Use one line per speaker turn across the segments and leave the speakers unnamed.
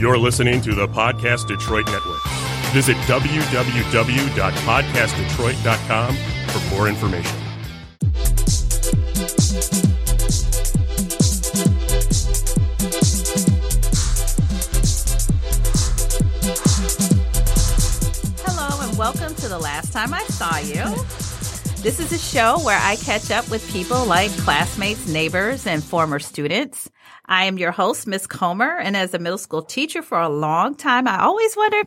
You're listening to the Podcast Detroit Network. Visit www.podcastdetroit.com for more information.
Hello, and welcome to The Last Time I Saw You. This is a show where I catch up with people like classmates, neighbors, and former students. I am your host, Miss Comer, and as a middle school teacher for a long time, I always wondered,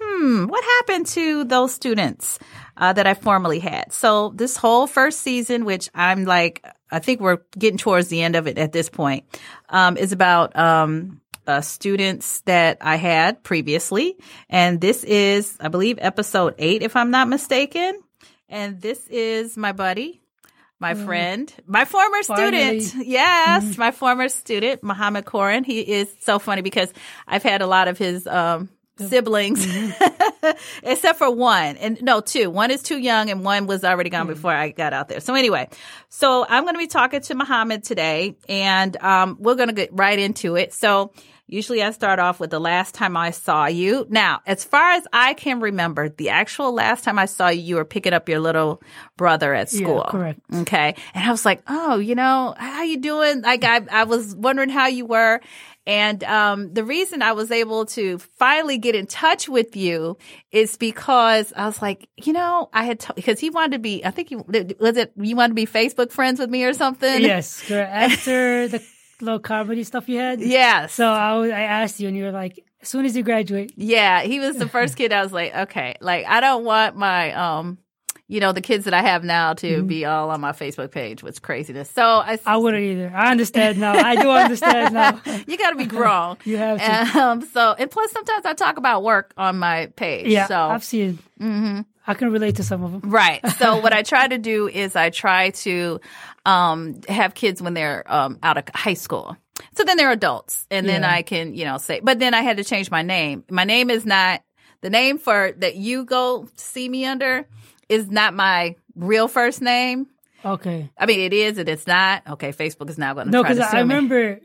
hmm, what happened to those students uh, that I formerly had? So this whole first season, which I'm like, I think we're getting towards the end of it at this point, um, is about um, uh, students that I had previously, and this is, I believe, episode eight, if I'm not mistaken. And this is my buddy, my friend, my former
Finally.
student. Yes, my former student, Muhammad Koran. He is so funny because I've had a lot of his um, siblings, except for one. And no, two. One is too young, and one was already gone before I got out there. So, anyway, so I'm going to be talking to Muhammad today, and um, we're going to get right into it. So, Usually I start off with the last time I saw you. Now, as far as I can remember, the actual last time I saw you, you were picking up your little brother at school.
correct.
Okay. And I was like, oh, you know, how you doing? Like I, I was wondering how you were. And um, the reason I was able to finally get in touch with you is because I was like, you know, I had because he wanted to be. I think you was it. You wanted to be Facebook friends with me or something.
Yes, girl, after the little comedy stuff you had.
Yes.
So I, was, I asked you, and you were like, as soon as you graduate,
Yeah, he was the first kid I was like, okay, like I don't want my um you know, the kids that I have now to be all on my Facebook page with craziness. So I, s-
Mm-hmm. I wouldn't either. I understand now. I do understand now.
you got to be grown.
You have to.
Um so and plus sometimes I talk about work on my page.
Yeah,
so
I've seen. Mm-hmm. I can relate to some of them.
Right. So what I try to do is I try to um, have kids when they're um, out of high school. So then they're adults, and then
Yeah.
I can you know say. But then I had to change my name. My name is not the name for that you go see me under is not my real first name.
Okay.
I mean, it is and it's not. Okay, Facebook is now going to
No,
Mm-hmm. try
because
to sue
I
me.
remember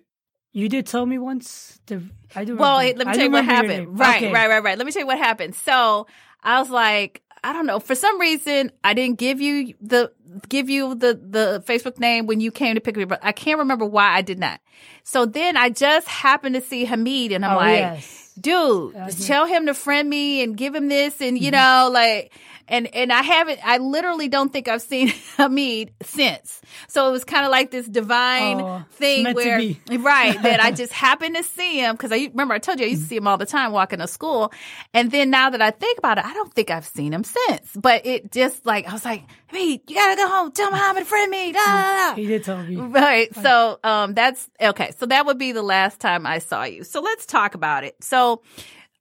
you did tell me once. The, I do.
Well, hey,
remember.
let me
I
tell you
do
what
remember your
happened.
name.
Right,
Okay.
right, right, right. Let me tell you what happened. So I was like, I don't know. For some reason, I didn't give you the give you the the Facebook name when you came to pick me up. I can't remember why I did not. So then I just happened to see Hamid, and I'm
Oh,
like,
yes.
dude, tell him to friend me and give him this, and you know,
Mm-hmm.
like, and and I haven't. I literally don't think I've seen Hamid since. So it was kind of like this divine
Oh, it's
thing
meant to
where
be.
right that I just happened to see him because I remember I told you I used to see him all the time walking to school, and then now that I think about it, I don't think I've seen him since. But it just like I was like, hey, you gotta go home, tell Muhammad to friend me, da da da.
He did tell me.
Right. So um that's okay. So that would be the last time I saw you. So let's talk about it. So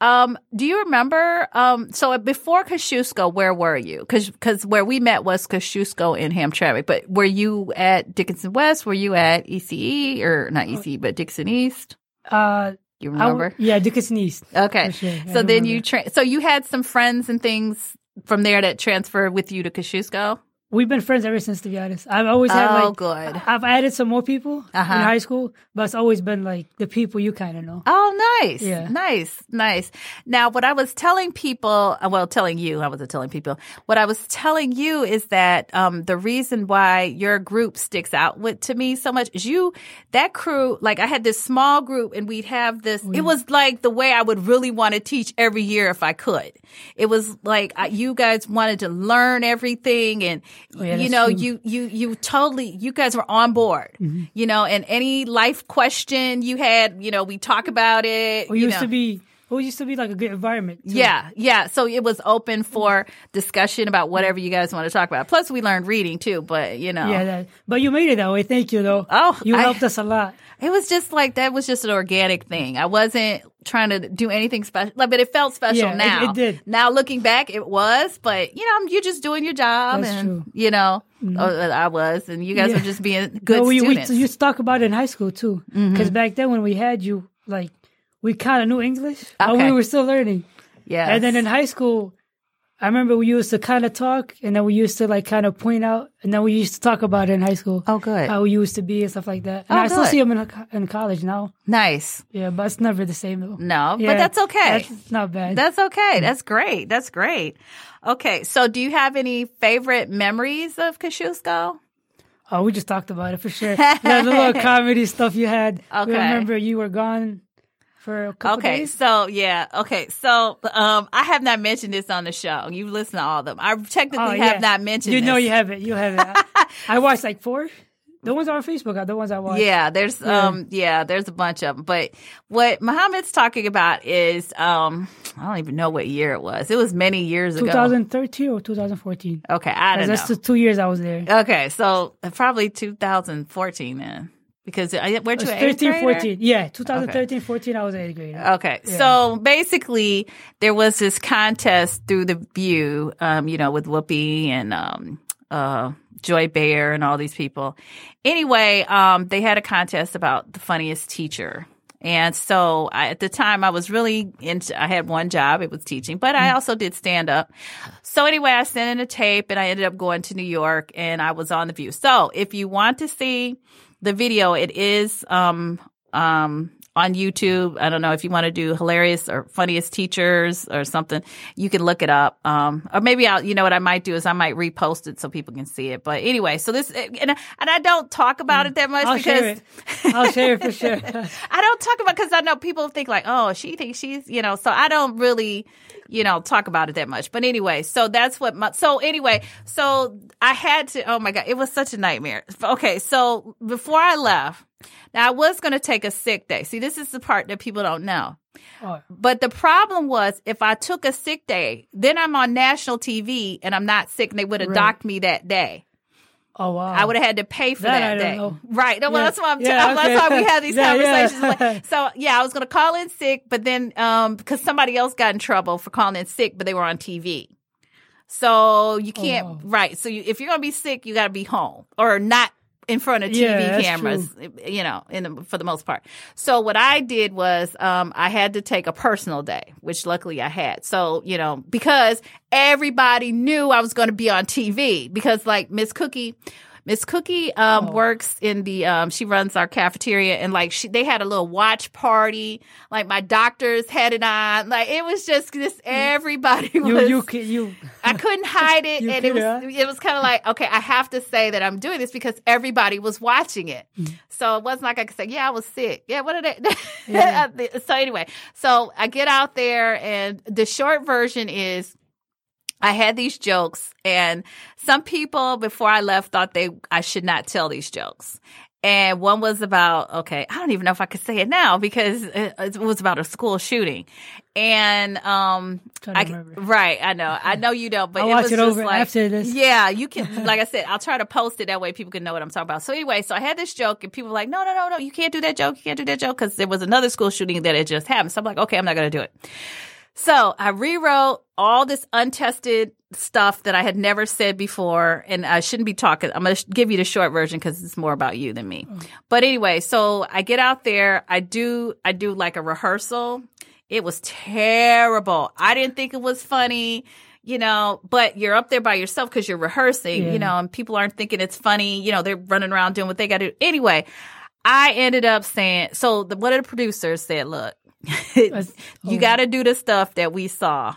um do you remember um so before Kosciuszko, where were you? Cuz cuz where we met was Kosciuszko in Hamtramck, but were you at Dickinson West? Were you at ECE or not
Oh.
ECE, but Dickinson East?
Uh,
You
I w-
remember?
yeah, Dickinson East.
okay.
for sure. I
So then
remember.
you tra- so you had some friends and things from there that transferred with you to Kosciuszko?
We've been friends ever since, to be honest. I've always had
Oh,
like,
good.
I've added some more people
Uh-huh.
in high school, but it's always been like the people you kind of know.
Oh, nice.
Yeah.
Nice. Nice. Now, what I was telling people, uh, well, telling you, I wasn't telling people, what I was telling you is that um, the reason why your group sticks out with, to me so much is you, that crew, like I had this small group and we'd have this,
Mm.
it was like the way I would really want to teach every year if I could. It was like I, you guys wanted to learn everything and,
Oh, yeah,
you
that's
know,
true.
you you you totally you guys were on board
Mm-hmm.
you know and any life question you had you know we talk about it
We
you
used
know.
to be, we used to be like a good environment. too.
yeah yeah so it was open for discussion about whatever you guys want to talk about plus we learned reading too but you know
yeah. That, but you made it that way. Thank you, though.
Oh,
you
I-
helped us a lot.
it was just like that was just an organic thing i wasn't trying to do anything special like, but it felt special
Yeah, it-
now
it did.
now looking back it was but you know you're just doing your job
That's
and
true. Mm-hmm.
you know oh, i was and you guys
Yeah.
were just being good
No, we,
students Mm-hmm.
We used to talk about it in high school too, because back then when we had you, like we kind of knew English, but
Okay.
we were still learning.
yeah
And then in high school, I remember we used to kind of talk, and then we used to like kind of point out, and then we used to talk about it in high school.
Oh, good.
How we used to be and stuff like that. And
Oh,
I still
good.
see him in, in college now.
Nice.
Yeah, but it's never the same though.
No, but
Yeah,
that's okay.
That's Mm. not bad.
That's okay. That's great. That's great. Okay. So, do you have any favorite memories of Kosciuszko?
oh, we just talked about it for sure. the little comedy stuff you had. We
Okay.
remember you were gone for a couple
Okay,
days.
so yeah, okay, so um, I have not mentioned this on the show. You listen to all of them. I technically
Oh,
have
yeah.
not mentioned.
You know
this.
you have it. You have it. I, I watched like four. The ones on Facebook are the ones I watched.
Yeah, there's um yeah, there's a bunch of them. But what Muhammad's talking about is um I don't even know what year it was. It was many years ago.
2013 or 2014.
Okay, Oh, I don't
That's
know. Oh,
the two years I was there.
okay, so probably 2014 then because I, weren't you an eighth
13,
grader?
14. Yeah, 2013, 14, I was eighth grade.
Okay. So basically, there was this contest through the View, um, you know, with Whoopi and um, uh, Joy Bayer and all these people. Anyway, um, they had a contest about the funniest teacher. And so I, at the time, I was really into, I had one job, it was teaching, but I also did stand up. So anyway, I sent in a tape and I ended up going to New York and I was on The View. So if you want to see the video, it is um, um, on YouTube. I don't know if you want to do hilarious or funniest teachers or something. You can look it up. Um, or maybe I'll, you know what I might do is I might repost it so people can see it. But anyway, so this, and, and I don't talk about it that much
I'll
because
share it. I'll share it for sure.
I don't talk about because I know people think like, oh, she thinks she's, you know. So I don't really, you know, talk about it that much. But anyway, so that's what my. So anyway, so I had to. Oh my god, it was such a nightmare. Okay, so before I left, now I was going to take a sick day. See, this is the part that people don't know.
Oh,
But the problem was if I took a sick day, then I'm on national TV and I'm not sick, and they would have
Right.
docked me that day.
oh, wow.
I would have had to pay for that,
That I don't
day.
know.
Right. No, well,
Yeah.
that's why I'm t-
Yeah, okay.
that's why we have these
Yeah, yeah.
conversations. Like, so yeah, I was gonna call in sick, but then um because somebody else got in trouble for calling in sick, but they were on TV. So you can't
wow.
right. So you, if you're gonna be sick, you gotta be home or not in front of TV
Yeah, that's
cameras, you know, in the, for the most part. So what I did was um, I had to take a personal day, which luckily I had. So you know because everybody knew I was going to be on TV because like Miss Cookie. Miss Cookie um, works in the um, she runs our cafeteria and like she they had a little watch party like my doctors had it on like it was just this everybody
You,
was
you, can- you,
I couldn't hide it,
You
and it was
coulda.
it was kind of like, okay, I have to say that I'm doing this because everybody was watching it, so it wasn't like I could say, yeah, I was sick, yeah, what did I? so anyway, so I get out there, and the short version is. I had these jokes, and some people before I left thought they I should not tell these jokes. And one was about okay, I don't even know if I could say it now because it, it was about a school shooting, and um,
Trying to
I-
remember.
right, I know, I know you don't, but
I'll
it
watch
was
it
just
over
like,
after this.
Yeah, you can. Like I said, I'll try to post it that way people can know what I'm talking about. So anyway, so I had this joke, and people were like, "No, no, no, no, you can't do that joke. You can't do that joke," because there was another school shooting that had just happened. So I'm like, okay, I'm not gonna do it. So I rewrote all this untested stuff that I had never said before, and I shouldn't be talking. I'm going to give you the short version because it's more about you than me.
Mm.
But anyway, so I get out there. I do. I do like a rehearsal. It was terrible. I didn't think it was funny. You know, but you're up there by yourself because you're rehearsing,
Yeah.
you know, and people aren't thinking it's funny. You know, they're running around doing what they got to do. Anyway, I ended up saying, so the, one of the producers said, look,
That's-
you
oh.
got to do the stuff that we saw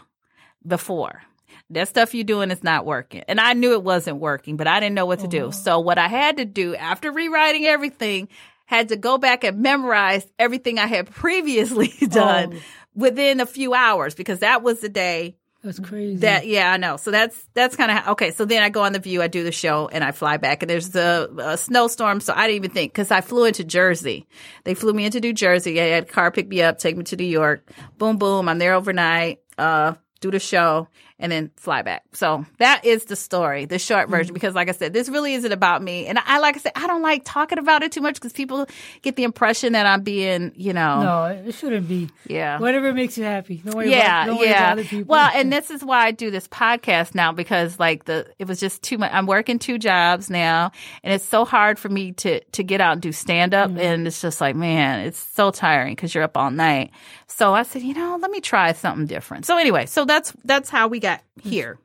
before. That stuff you're doing is not working. And I knew it wasn't working, but I didn't know what to
Oh.
do. So what I had to do after rewriting everything, had to go back and memorize everything I had previously done
Oh.
within a few hours because that was the day
that's crazy.
that yeah, I know. So that's that's kind of okay. So then I go on the View, I do the show, and I fly back. And there's a, a snowstorm, so I didn't even think because I flew into Jersey. They flew me into New Jersey. I had a car pick me up, take me to New York. Boom, boom. I'm there overnight. Uh, do the show and then fly back. So that is the story, the short version. Because like I said, this really isn't about me, and I like I said, I don't like talking about it too much because people get the impression that I'm being, you know,
no, it shouldn't be.
Oh. yeah,
Whatever makes you happy. Don't worry
yeah,
about don't worry
yeah.
about other people.
Well, and this is why I do this podcast now because like the it was just too much. I'm working two jobs now, and it's so hard for me to to get out and do stand up, and it's just like man, it's so tiring because you're up all night. So I said, you know, let me try something different. So anyway, so that's that's how we
got here.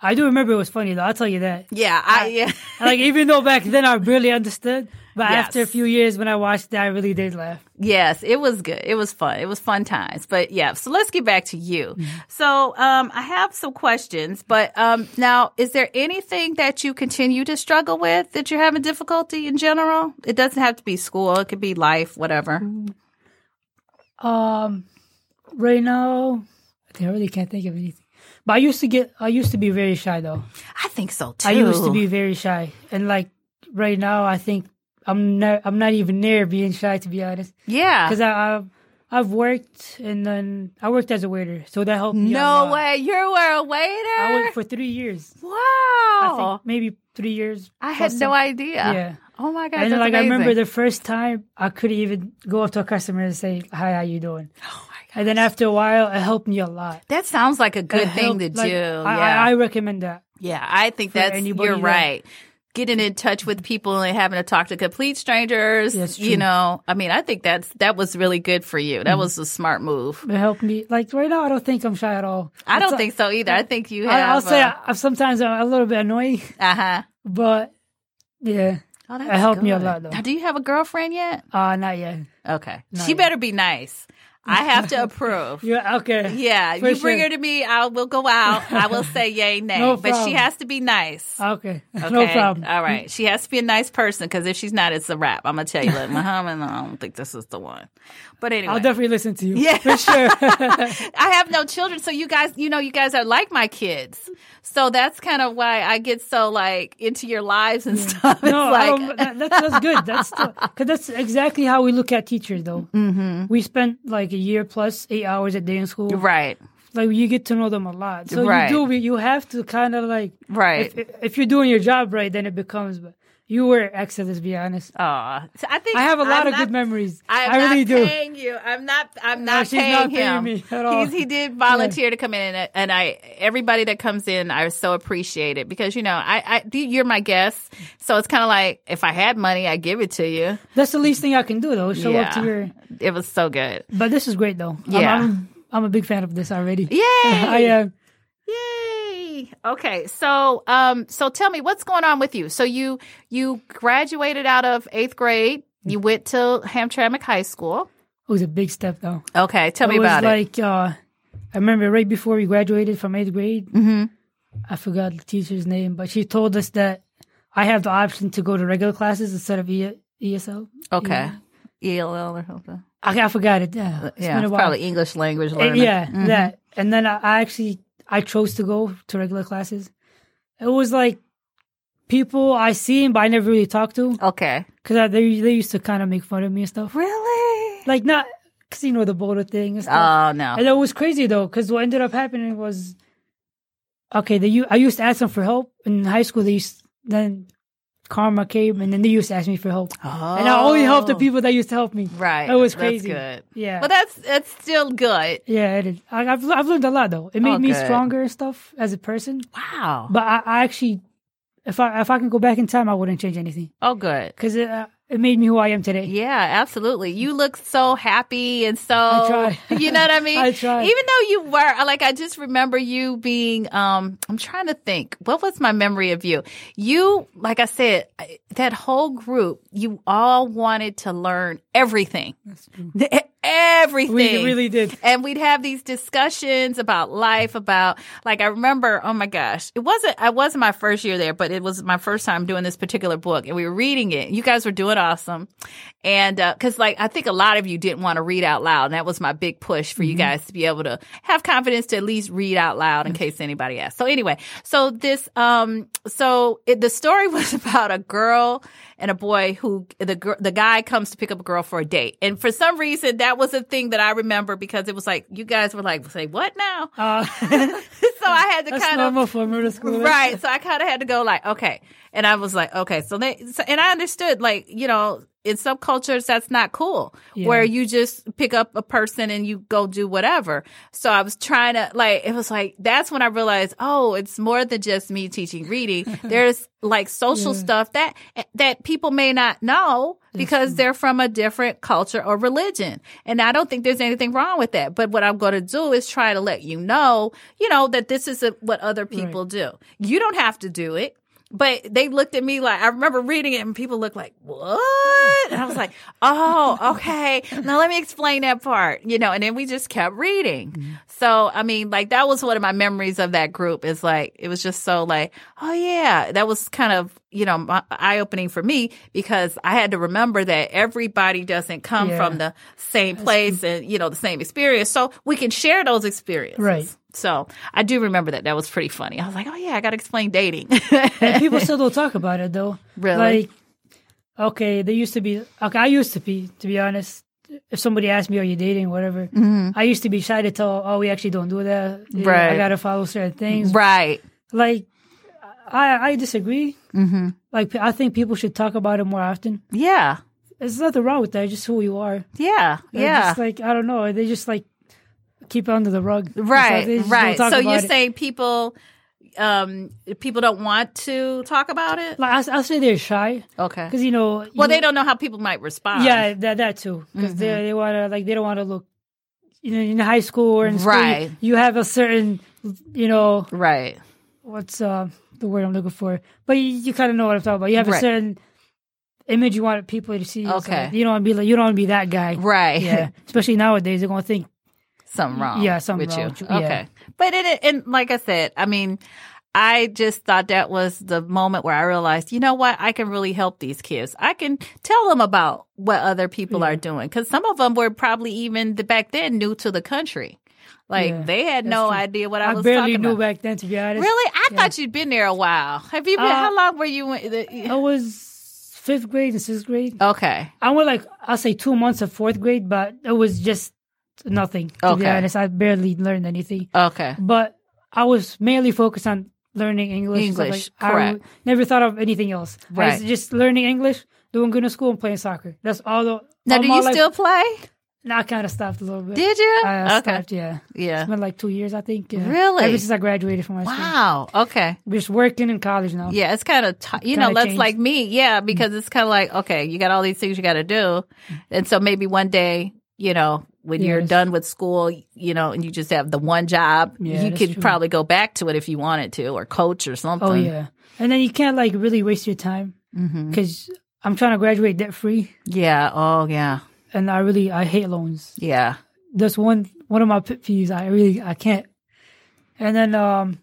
I do remember it was funny though. I'll tell you that.
Yeah, I yeah.
Like even though back then I barely understood, but
Yes.
after a few years when I watched it, I really did laugh.
Yes, it was good. It was fun. It was fun times. But yeah, so let's get back to you. So um, I have some questions, but um, now is there anything that you continue to struggle with that you're having difficulty in general? It doesn't have to be school. It could be life, whatever.
Um, right now, I, think I really can't think of anything. But I used to get, I used to be very shy though.
I think so too.
I used to be very shy, and like right now, I think I'm not, I'm not even near being shy to be honest.
Ah.
Yeah.
Because I, I've, I've worked, and then I worked as a waiter, so that helped me. a
No
lot.
way. You were a waiter.
I worked for three years. I
wow.
think maybe three years.
Oh. I, had
plus
no
some-
idea.
Yeah.
Oh my god.
And
that's
like I remember
amazing.
the first time I couldn't even go up to a customer and say hi, how you doing? And then after a while, it helped me a lot.
Oh that sounds like a
It
good
helped,
thing to
like, I,
do. yeah.
I, I recommend that.
Yeah, I think that's
anybody
you're
that-
right. Getting in touch with people and having to talk to complete strangers,
Yes,
you
true. Mm-hmm.
know. I mean, I think that's that was really good for you. That was a smart move.
It helped me. Like right now, I don't think I'm shy at all.
I
It's
don't
a-
think so either. I think you
I,
have.
I'll say I, I'm sometimes I'm a little bit annoying,
uh huh.
but yeah,
Oh,
It helped me a lot, though.
Now, do you have a girlfriend yet?
uh, not yet.
Okay,
Not
she
yet.
better be nice. I have to approve.
Yeah, okay.
Yeah,
For
you bring
sure.
her to me. I will go out. I will say yay, nay,
No
but she
problem.
has to be nice.
Okay. No
Okay?
problem.
All right. She has to be a nice person because if she's not, it's a wrap. I'm gonna tell you, like Muhammad, I don't think this is the one. But anyway,
I'll definitely listen to you.
Yeah.
For sure.
I have no children, so you guys, you know, you guys are like my kids. So that's kind of why I get so like into your lives and stuff. It's
no, I don't,
like
that, that's, that's good. That's because that's exactly how we look at teachers, though. Mm-hmm. We spent like a year plus eight hours a day in school.
right,
Like you get to know them a lot. So
Right.
you do. You have to kind of like
right.
if, if you're doing your job right, then it becomes. But you were excellent. To be honest,
Aw. so I think
I have a lot
I'm
of
not-
good memories.
I, am
I really
not
do.
paying you. I'm not. I'm not
she's
paying
not paying
him.
me at all.
He's, he did volunteer to come in, and, and I everybody that comes in, I so appreciate it because you know I, I you're my guest, so it's kind of like if I had money, I would give it to you.
That's the least thing I can do, though. Show up to
Yeah.
your.
It was so good.
But this is great, though. I'm-
Yeah.
I'm, I'm, a big fan of this already.
Yay!
I uh, am.
Yay! Okay, so um, so tell me what's going on with you. So you you graduated out of eighth grade. You went to Hamtramck High School.
It was a big step, though.
Okay, tell me
it was
about it.
like uh, I remember right before we graduated from eighth grade.
Mm-hmm.
I forgot the teacher's name, but she told us that I have the option to go to regular classes instead of e- ESL.
Okay, ELL or something.
I, I forgot it. Yeah, it's
yeah,
been a
it's
while.
probably English language
Uh,
learning. Mm-hmm.
yeah, that. And then I, I actually I chose to go to regular classes. It was like people I seen, but I never really talked to
Okay.
because they they used to kind of make fun of me and stuff.
Really?
Like not because you know the Boulder thing and stuff.
Oh no.
And it was crazy though, because what ended up happening was, okay, they u- I used to ask them for help in high school. They used then karma came, and then they used to ask me for help, and I only helped the
Oh.
people that used to help me.
Right.
it was
That's
crazy.
good.
Yeah,
Well, that's that's still good.
yeah, it is. I, I've I've learned a lot though. It made
Oh,
me
good.
stronger and stuff as a person.
Wow.
But I, I actually, if I if I can go back in time, I wouldn't change anything
Oh, good.
because it, uh, it made me who I am today.
Yeah, absolutely. You look so happy and so
I try.
Oh, you know what I mean?
I try.
Even though you were like I just remember you being um I'm trying to think. What was my memory of you? You like I said I- that whole group, you all wanted to learn everything. Mm-hmm. e-, Everything.
We really did.
And we'd have these discussions about life, about like I remember, oh my gosh, it wasn't I wasn't my first year there, but it was my first time doing this particular book, and we were reading it. You guys were doing awesome, and because like I think a lot of you didn't want to read out loud, and that was my big push
Mm-hmm.
for you guys to be able to have confidence to at least read out loud in case anybody asked. So anyway, so this um so it, the story was about a girl and a boy who the gir- the guy comes to pick up a girl for a date, and for some reason that was a thing that I remember because it was like you guys were like say what now,
Uh,
so I had to
that's
kind of
normal for a middle school.
Right. So I kind of had to go like, okay. And I was like, okay. So they, so, and I understood like, you know, in some cultures that's not cool where you just pick up a person and you go do whatever so i was trying to like it was like that's when i realized oh it's more than just me teaching reading there's like social stuff that that people may not know because they're from a different culture or religion and i don't think there's anything wrong with that but what i'm going to do is try to let you know you know that this is a, what other people do you don't have to do it but they looked at me like I remember reading it, and people looked like, "What?" And I was like, "Oh, okay. Now let me explain that part." You know, and then we just kept reading.
Mm-hmm.
So I mean, like that was one of my memories of that group. Is like it was just so like, oh yeah, that was kind of you know eye opening for me because I had to remember that everybody doesn't come
Yeah.
from the same place and you know the same experience. So we can share those experiences.
Right.
So I do remember that. That was pretty funny. I was like, oh yeah, I got to explain dating.
And people still don't talk about it though.
Really?
Like, okay, they used to be. Okay, I used to be. To be honest, if somebody asked me, "Are you dating?" Whatever, I used to be shy to tell. Oh, we actually don't do that. Yeah,
Mm-hmm. Right.
I gotta follow certain things.
right.
Like, I I disagree. Mm-hmm. Like, I think people should talk about it more often.
Yeah.
There's nothing wrong with that. It's just who you are.
Yeah.
They're
yeah.
Just like I don't know. They just like keep it under the rug. It's like they
right.
just don't
Right.
talk
So you're
about it.
saying people um people don't want to talk about it?
Like I, I'll say they're shy
Okay.
because you know.
Well,
you-
they don't know how people might respond.
Yeah, that that too. Because
Mm-hmm.
they they want to like they don't want to look. You know, in high school or in school, you-
Right.
you, have a certain, you know,
Right.
what's uh, the word I'm looking for? But you, you kind of know what I'm talking about. You have
Right.
a certain image you want people to see. It's
Okay.
like, you don't want to be like you don't want to be that guy.
Right.
Yeah. Especially nowadays, they're gonna think
something wrong.
yeah, something
with
wrong
you.
with you. Yeah.
Okay, but it and like I said, I mean, I just thought that was the moment where I realized, you know what, I can really help these kids. I can tell them about what other people are doing because some of them were probably even the, back then new to the country, like
Yeah,
they had no idea what I,
I,
was
barely
talking
knew
about.
back then. To be honest,
Really, I thought you'd been there a while. Have you been?
Uh,
how long were you? In the,
I was fifth grade and sixth grade.
Oh. okay,
I went like I'll say two months of fourth grade, but it was just nothing. To be
Okay.
honest, I barely learned anything.
okay,
But I was mainly focused on learning English. and stuff
English,
like, I w-
correct.
never thought of anything else. I
Right.
was just learning English, doing good in school, and playing soccer. That's all. The,
now
all
do
my
you
life-
still play?
Now I kind of stopped a little bit.
Did you?
I
okay,
stopped. Yeah,
yeah.
it's been like two years, I think. yeah.
Really?
Ever since I graduated from high school,
Wow. Okay.
We're just working in college now.
Yeah, it's kind of t- you know
Kinda
that's
changed. Mm-hmm.
like me. Yeah, because it's kind of like okay, you got all these things you got to do, and so maybe one day you know when you're
Yes.
done with school, you know, and you just have the one job,
Yeah,
you
that's
could
true.
probably go back to it if you wanted to, or coach or something. Mm-hmm.
Oh yeah, and then you can't like really waste your time because I'm trying to graduate debt free,
yeah. Oh yeah,
and I really I hate loans.
yeah.
That's one one of my pet peeves. I really I can't. And then um,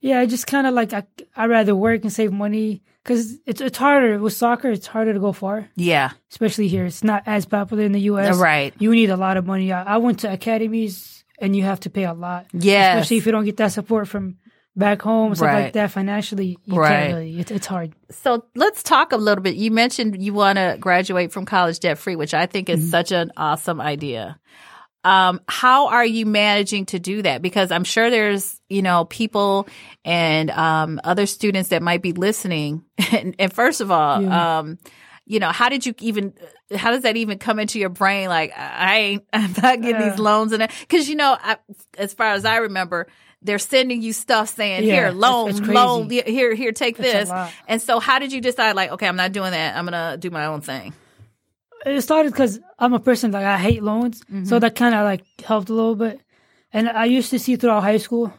yeah, I just kind of like I I rather work and save money because it's it's harder with soccer. It's harder to go far,
Yeah,
especially here. It's not as popular in the U.S.
Right.
You need a lot of money. I, I went to academies and you have to pay a lot.
Yes.
especially if you don't get that support from back home and stuff
Right.
like that financially. You
Right.
can't really. It's it's hard.
So let's talk a little bit. You mentioned you want to graduate from college debt free, which I think is
Mm-hmm.
such an awesome idea. Um, how are you managing to do that? Because I'm sure there's, you know, people and um, other students that might be listening. and, and first of all, um, you know, how did you even, how does that even come into your brain? Like, I ain't, I'm not getting these loans and that. Cause you know, I, as far as I remember, they're sending you stuff saying,
Yeah,
here,
it's-
loan,
it's crazy.
loan, here, here, take
It's a
this.
lot.
And so, how did you decide? Like, okay, I'm not doing that. I'm gonna do my own thing.
it started because I'm a person like I hate loans,
Mm-hmm.
so that kind of like helped a little bit. And I used to see throughout high school.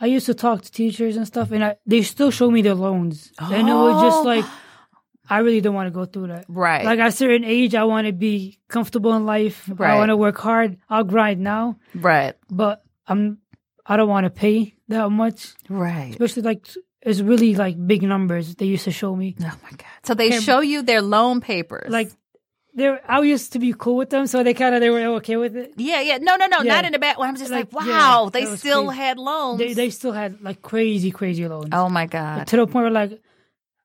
I used to talk to teachers and stuff, and I, they still show me their loans, and it was
Oh.
just like, I really don't want to go through that.
Right.
Like at a certain age, I want to be comfortable in life.
Right.
I want to work hard. I'll grind now,
Right.
but I'm I don't want to pay that much,
Right.
especially like it's really like big numbers they used to show me.
Oh my god. So they show you their loan papers.
Like, they I used to be cool with them, so they kind of they were okay with it.
Yeah. Yeah. No. No. No.
Yeah.
Not in the back. Well, I'm just like,
Like, yeah,
wow. they
that was
still
crazy.
had loans.
they they still had like crazy crazy loans
oh my god.
to the point where like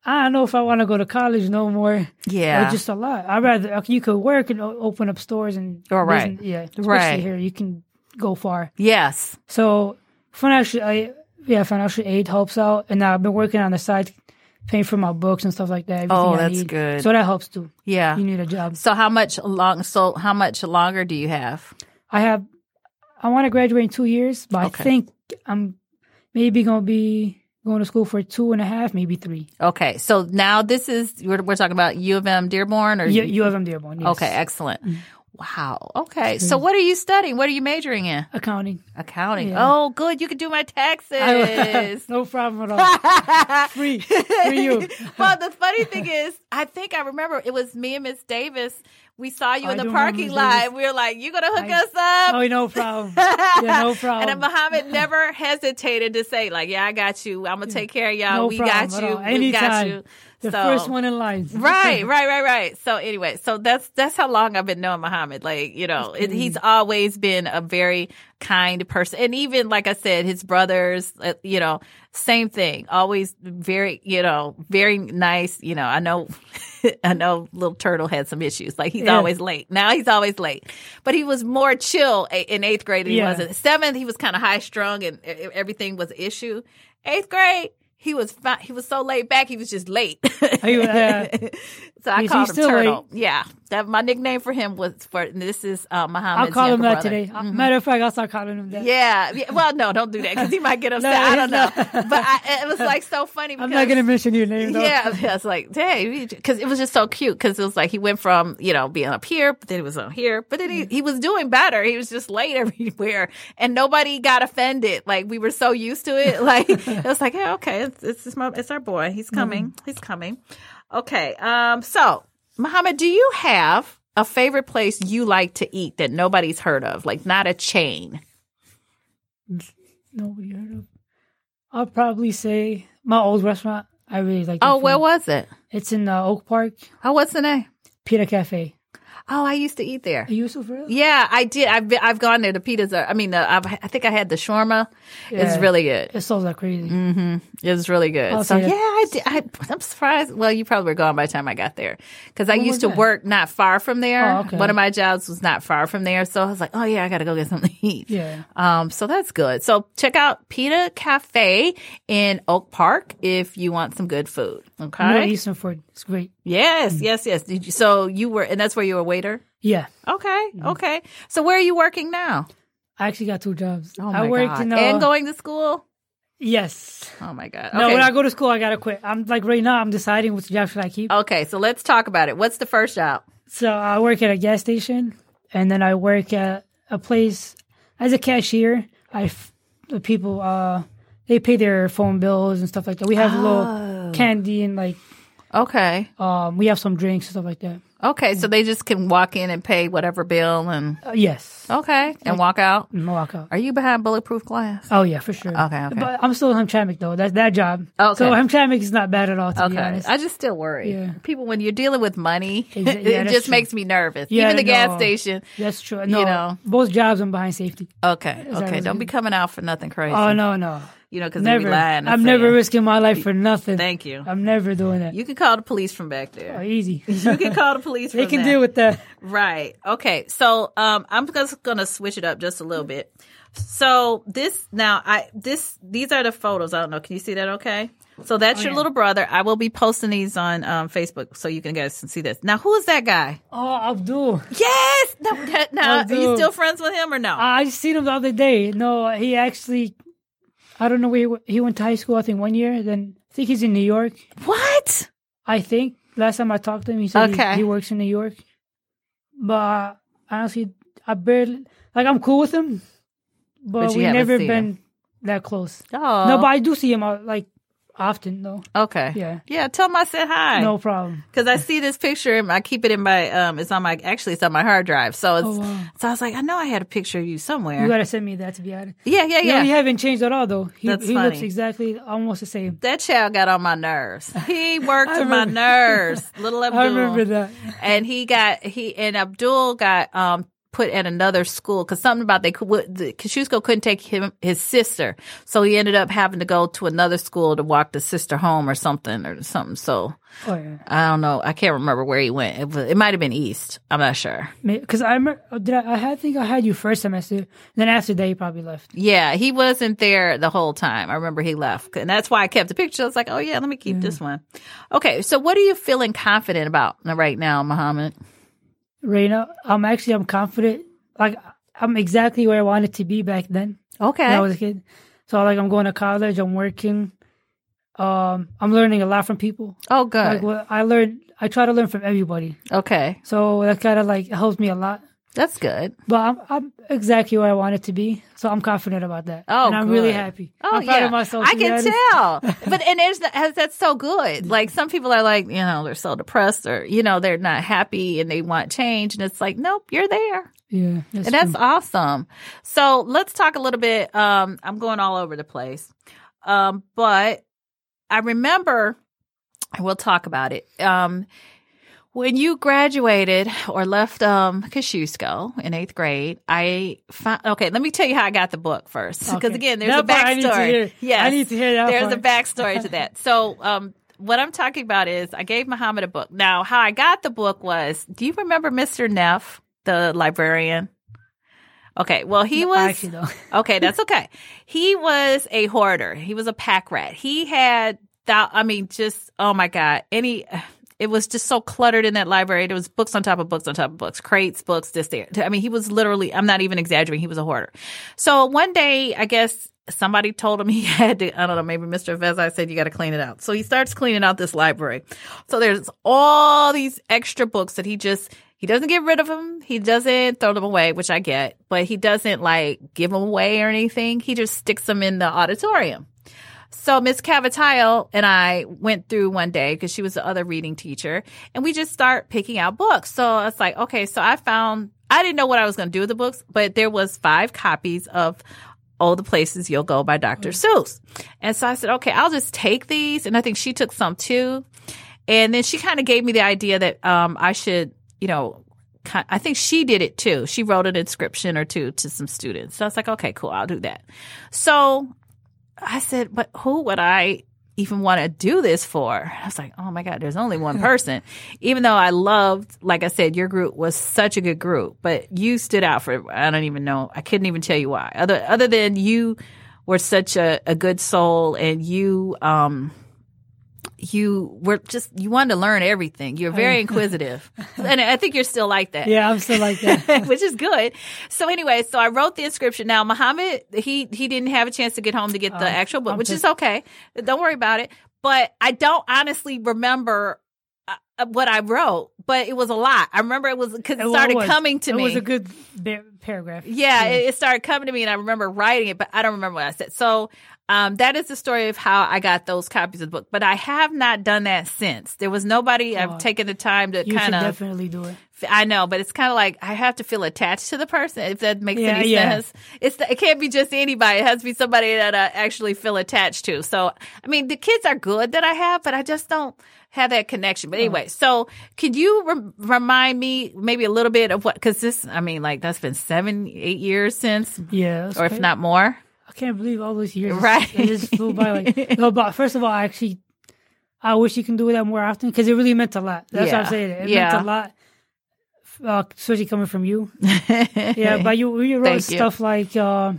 I don't know if I want to go to college no more.
Yeah.
It's just a lot. I would rather like, you could work and o- open up stores and
All Oh, right.
business- yeah, especially
Right.
here you can go far.
yes.
So financial, I, yeah, financial aid helps out, and I've been working on the side paying for my books and stuff like that. everything
Oh,
I
that's
need.
good. Uh,
So that helps too.
Yeah.
You need a job.
So how much long? So how much longer do you have?
I have, I want to graduate in two years, but I
Okay.
think I'm maybe gonna be going to school for two and a half, maybe three.
Okay. So now this is we're, we're talking about U of M Dearborn or
You, you have them Dearborn. Yes. Mm.
Okay, excellent. Wow. Okay. So what are you studying? What are you majoring in?
Accounting.
Accounting.
Yeah.
Oh, good. You can do my
I-
taxes.
no problem at all. Free, free you.
well, the funny thing is, I think I remember it was me and Miss Davis. We saw you
I
in
do
the
remember
parking
Miss
lot.
Davis.
We were like, "You're gonna hook
I-
us up."
Oh, no problem. Yeah, no
and then
problem.
Muhammad never hesitated to say, "Like, yeah, I got you. I'm gonna take care of y'all.
No
we
problem
got
at
you.
all.
We got
Anytime.
you."
the
So-
first one in line.
right, right, right, right. So anyway, so that's that's how long I've been knowing Muhammad. Like you know, it, he's always been a very kind person, and even like I said, his brothers, uh, you know, same thing. Always very, you know, very nice. You know, I know, I know, little turtle had some issues. Like he's
Yeah.
always late. Now he's always late, but he was more chill a- in eighth grade than
Yeah.
he was in seventh. He was kind of high strung, and e- e- everything was an issue. Eighth grade. He was fi- he was so laid back. He was just late.
Are you, uh,
So I
Is he
called him
still
Turtle. Yeah, that my nickname for him was for. and This is uh,
I'll
Muhammad's
call him
younger
that
brother.
today. Matter of fact, I'll start calling him that.
Mm-hmm. Yeah, yeah. Well, no, don't do that because he might get upset.
No,
I don't know.
he's
But I, it was like so funny. Because,
I'm not gonna mention your name though.
Yeah, yeah, it's like, dang, because it was just so cute. Because it was like he went from you know being up here, but then it was on here, but then he, he was doing better. He was just late everywhere, and nobody got offended. Like we were so used to it. Like it was like, yeah, okay, it's it's just my, it's our boy. He's coming. He's coming. Okay. Um. So, Muhammad, do you have a favorite place you like to eat that nobody's heard of? Like not a chain.
Nobody heard of. I'll probably say my old restaurant. I really like. the
Oh,
food.
where was it?
It's in uh, Oak Park,
Oh, what's the name?
Pita Cafe.
Oh, I used to eat there.
Are you so real?
Yeah, I did. I've been, I've gone there. The pitas are. I mean, the, I've, I think I had the shawarma. It's
Yeah.
really good.
It sounds like crazy.
Mm. It's really good.
I'll
so
see
yeah,
it.
I did. I, I'm surprised. Well, you probably were gone by the time I got there because I used
was
to
that?
work not far from there.
Oh, okay.
One of my jobs was not far from there, so I was like, oh yeah, I got to go get something to eat.
Yeah.
Um, so that's good. So check out Pita Cafe in Oak Park if you want some good food. Okay.
Middle Eastern food. It's great. Mm.
Yes, yes, yes. Did you, so you were, and that's where you were a waiter.
Yeah.
Okay,
Mm-hmm.
okay. So where are you working now?
I actually got two jobs.
Oh my
I worked
god!
in uh,
and going to school.
Yes.
Oh my god!
No,
Okay.
when I go to school, I gotta quit. I'm like right now, I'm deciding which job should I keep.
okay, so let's talk about it. What's the first job?
So I work at a gas station, and then I work at a place as a cashier. I f- the people uh they pay their phone bills and stuff like that. We have a
Oh.
little candy and like
Okay,
um we have some drinks and stuff like that.
okay. So they just can walk in and pay whatever bill and
Uh,
Oh.
yes,
okay, and walk out.
And walk out.
Are you behind bulletproof glass?
Oh yeah, for sure.
Okay, okay.
But I'm still in Hamtramck though. That's that job.
Okay.
So Hamtramck is not bad at all. To be
Okay,
honest.
I just still worry.
Yeah.
People, when you're dealing with money,
Exa- yeah,
it
that's
just
true.
makes me nervous.
Yeah,
Even the gas
no.
station.
That's true. No,
know.
both jobs I'm behind safety.
Okay, okay.
was
Don't be coming out for nothing crazy.
Oh no, no,
You know, because they be
never.
lying. and
I'm never
saying-
risking my life for nothing.
Thank you.
I'm never doing that.
You can call the police from back
Oh,
there.
easy.
You can call the police.
they
from
can
there.
deal with that.
Right. Okay. So um I'm just gonna switch it up just a little
Mm-hmm.
bit. So this now I this these are the photos. I don't know. Can you see that okay? So
Oh,
that's your little brother. I will be posting these on um, Facebook so you can guys can see this. Now who is that guy?
Oh, Abdul.
Yes. No, that- now are you
Abdul.
still friends with him or no?
I I seen him the other day. No, he actually, I don't know where he, w- he went to high school. I think one year. Then I think he's in New York.
what?
I think last time I talked to him, he said he-
Okay.
he, works in New York. But honestly, I barely like I'm cool with him, but,
But you
we
haven't
never
seen
been
him.
that close.
Oh.
No, but I do see him uh, like often though.
Okay.
Yeah.
Yeah. Tell him I said hi.
No problem.
Cause I see this picture and I keep it in my um it's on my actually it's on my hard drive. So it's
Oh, wow.
so I was like, I know I had a picture of you somewhere.
You gotta send me that to be honest.
yeah, yeah,
Yeah,
yeah.
he haven't changed at all though. He,
That's
he looks
funny.
exactly almost the same.
That child got on my nerves. He worked
I
to my
remember-
nerves, little Abdul.
I remember that.
And he got he and Abdul got um put at another school because something about they could would- the- Kosciuszko couldn't take him his sister, so he ended up having to go to another school to walk the sister home or something or something. So
Oh yeah.
I don't know. I can't remember where he went. It, was- it might have been east. I'm not sure.
Because I remember, uh, did I, I had- think I had you first semester. Then after that, you probably left.
Yeah, he wasn't there the whole time. I remember he left, and that's why I kept the picture. I was like, oh yeah, let me keep this one. Okay, so what are you feeling confident about right now, Muhammad?
Right now, I'm actually I'm confident. Like I'm exactly where I wanted to be back then
Okay,
when I was a kid. So like I'm going to college. I'm working. Um, I'm learning a lot from people.
oh good.
Like what I learned, I try to learn from everybody.
okay,
So that kind of like helps me a lot.
that's good.
But I'm, I'm exactly where I wanted to be, so I'm confident about that.
Oh,
and I'm really
good.
happy.
Oh
I'm proud
yeah,
of myself.
I
to be
can
honest.
tell. But and there's that- that's so good. Like some people are like, you know, they're so depressed or you know they're not happy and they want change, and it's like, nope, you're there.
Yeah, that's,
And that's awesome. So let's talk a little bit. Um, I'm going all over the place. Um, but I remember, we'll talk about it. Um, when you graduated or left um, Kosciuszko in eighth grade, I found, okay, let me tell you how I got the book first. Because
Okay.
again, there's
That
a
part I need to
backstory.
hear.
Yes.
I need to hear that
There's a
part.
backstory to that. So, um, what I'm talking about is I gave Muhammad a book. Now, how I got the book was do you remember Mr. Neff, the librarian? Okay, well, he was.
I actually though.
Okay, that's okay. He was a hoarder. He was a pack rat. He had thou I mean, just oh my god, any. It was just so cluttered in that library. There was books on top of books on top of books, crates, books, this there. I mean, he was literally. I'm not even exaggerating. He was a hoarder. So one day, I guess somebody told him he had to. I don't know. Maybe Mr. Vezai said you got to clean it out. So he starts cleaning out this library. So there's all these extra books that he just he doesn't get rid of them. He doesn't throw them away, which I get, but he doesn't like give them away or anything. He just sticks them in the auditorium. So Miss Cavatile and I went through one day because she was the other reading teacher, and we just start picking out books. So it's like, okay, so I found I didn't know what I was going to do with the books, but there was five copies of All the Places You'll Go by Dr. Seuss, and so I said, okay, I'll just take these, and I think she took some too, and then she kind of gave me the idea that um, I should, you know, ki- I think she did it too. She wrote an inscription or two to some students. So I was like, okay, cool, I'll do that. So I said, but who would I even want to do this for? I was like, oh my God, there's only one person. even though I loved, like I said, your group was such a good group, but you stood out for, I don't even know, I couldn't even tell you why. Other, other than you were such a, a good soul and you, um, you were just you wanted to learn everything. You're very inquisitive, and I think you're still like that
Yeah, I'm still like that.
which is good. So anyway, so I wrote the inscription. Now Muhammad, he he didn't have a chance to get home to get the actual book,
Oh, I'm
which
pissed.
is okay. Don't worry about it. But I don't honestly remember uh, what I wrote, but it was a lot. I remember it was because it
Well,
started
was.
coming to
it
me.
was a good ba- paragraph.
Yeah, It, it started coming to me, and I remember writing it, but I don't remember what I said. So um, that is the story of how I got those copies of the book. But I have not done that since. There was nobody I've taken the time to
Oh. you should
kind of
definitely do it.
I know, but it's kind of like I have to feel attached to the person. If that makes
Yeah,
any
yeah.
sense, it's it can't be just anybody. It has to be somebody that I actually feel attached to. So, I mean, the kids are good that I have, but I just don't have that connection.
Mm.
But anyway, so could you rem remind me maybe a little bit of what? Because this, I mean, like that's been seven, eight years since,
Yeah, that's
or if
great.
not more.
I can't believe all those years.
Right.
It just flew by. Like, no, but first of all, I actually, I wish you can do that more often because it really meant a lot. That's what
Yeah.
I'm saying. It
Yeah.
meant a lot, uh, especially coming from you. yeah, but you, you wrote
Thank you.
stuff like, uh,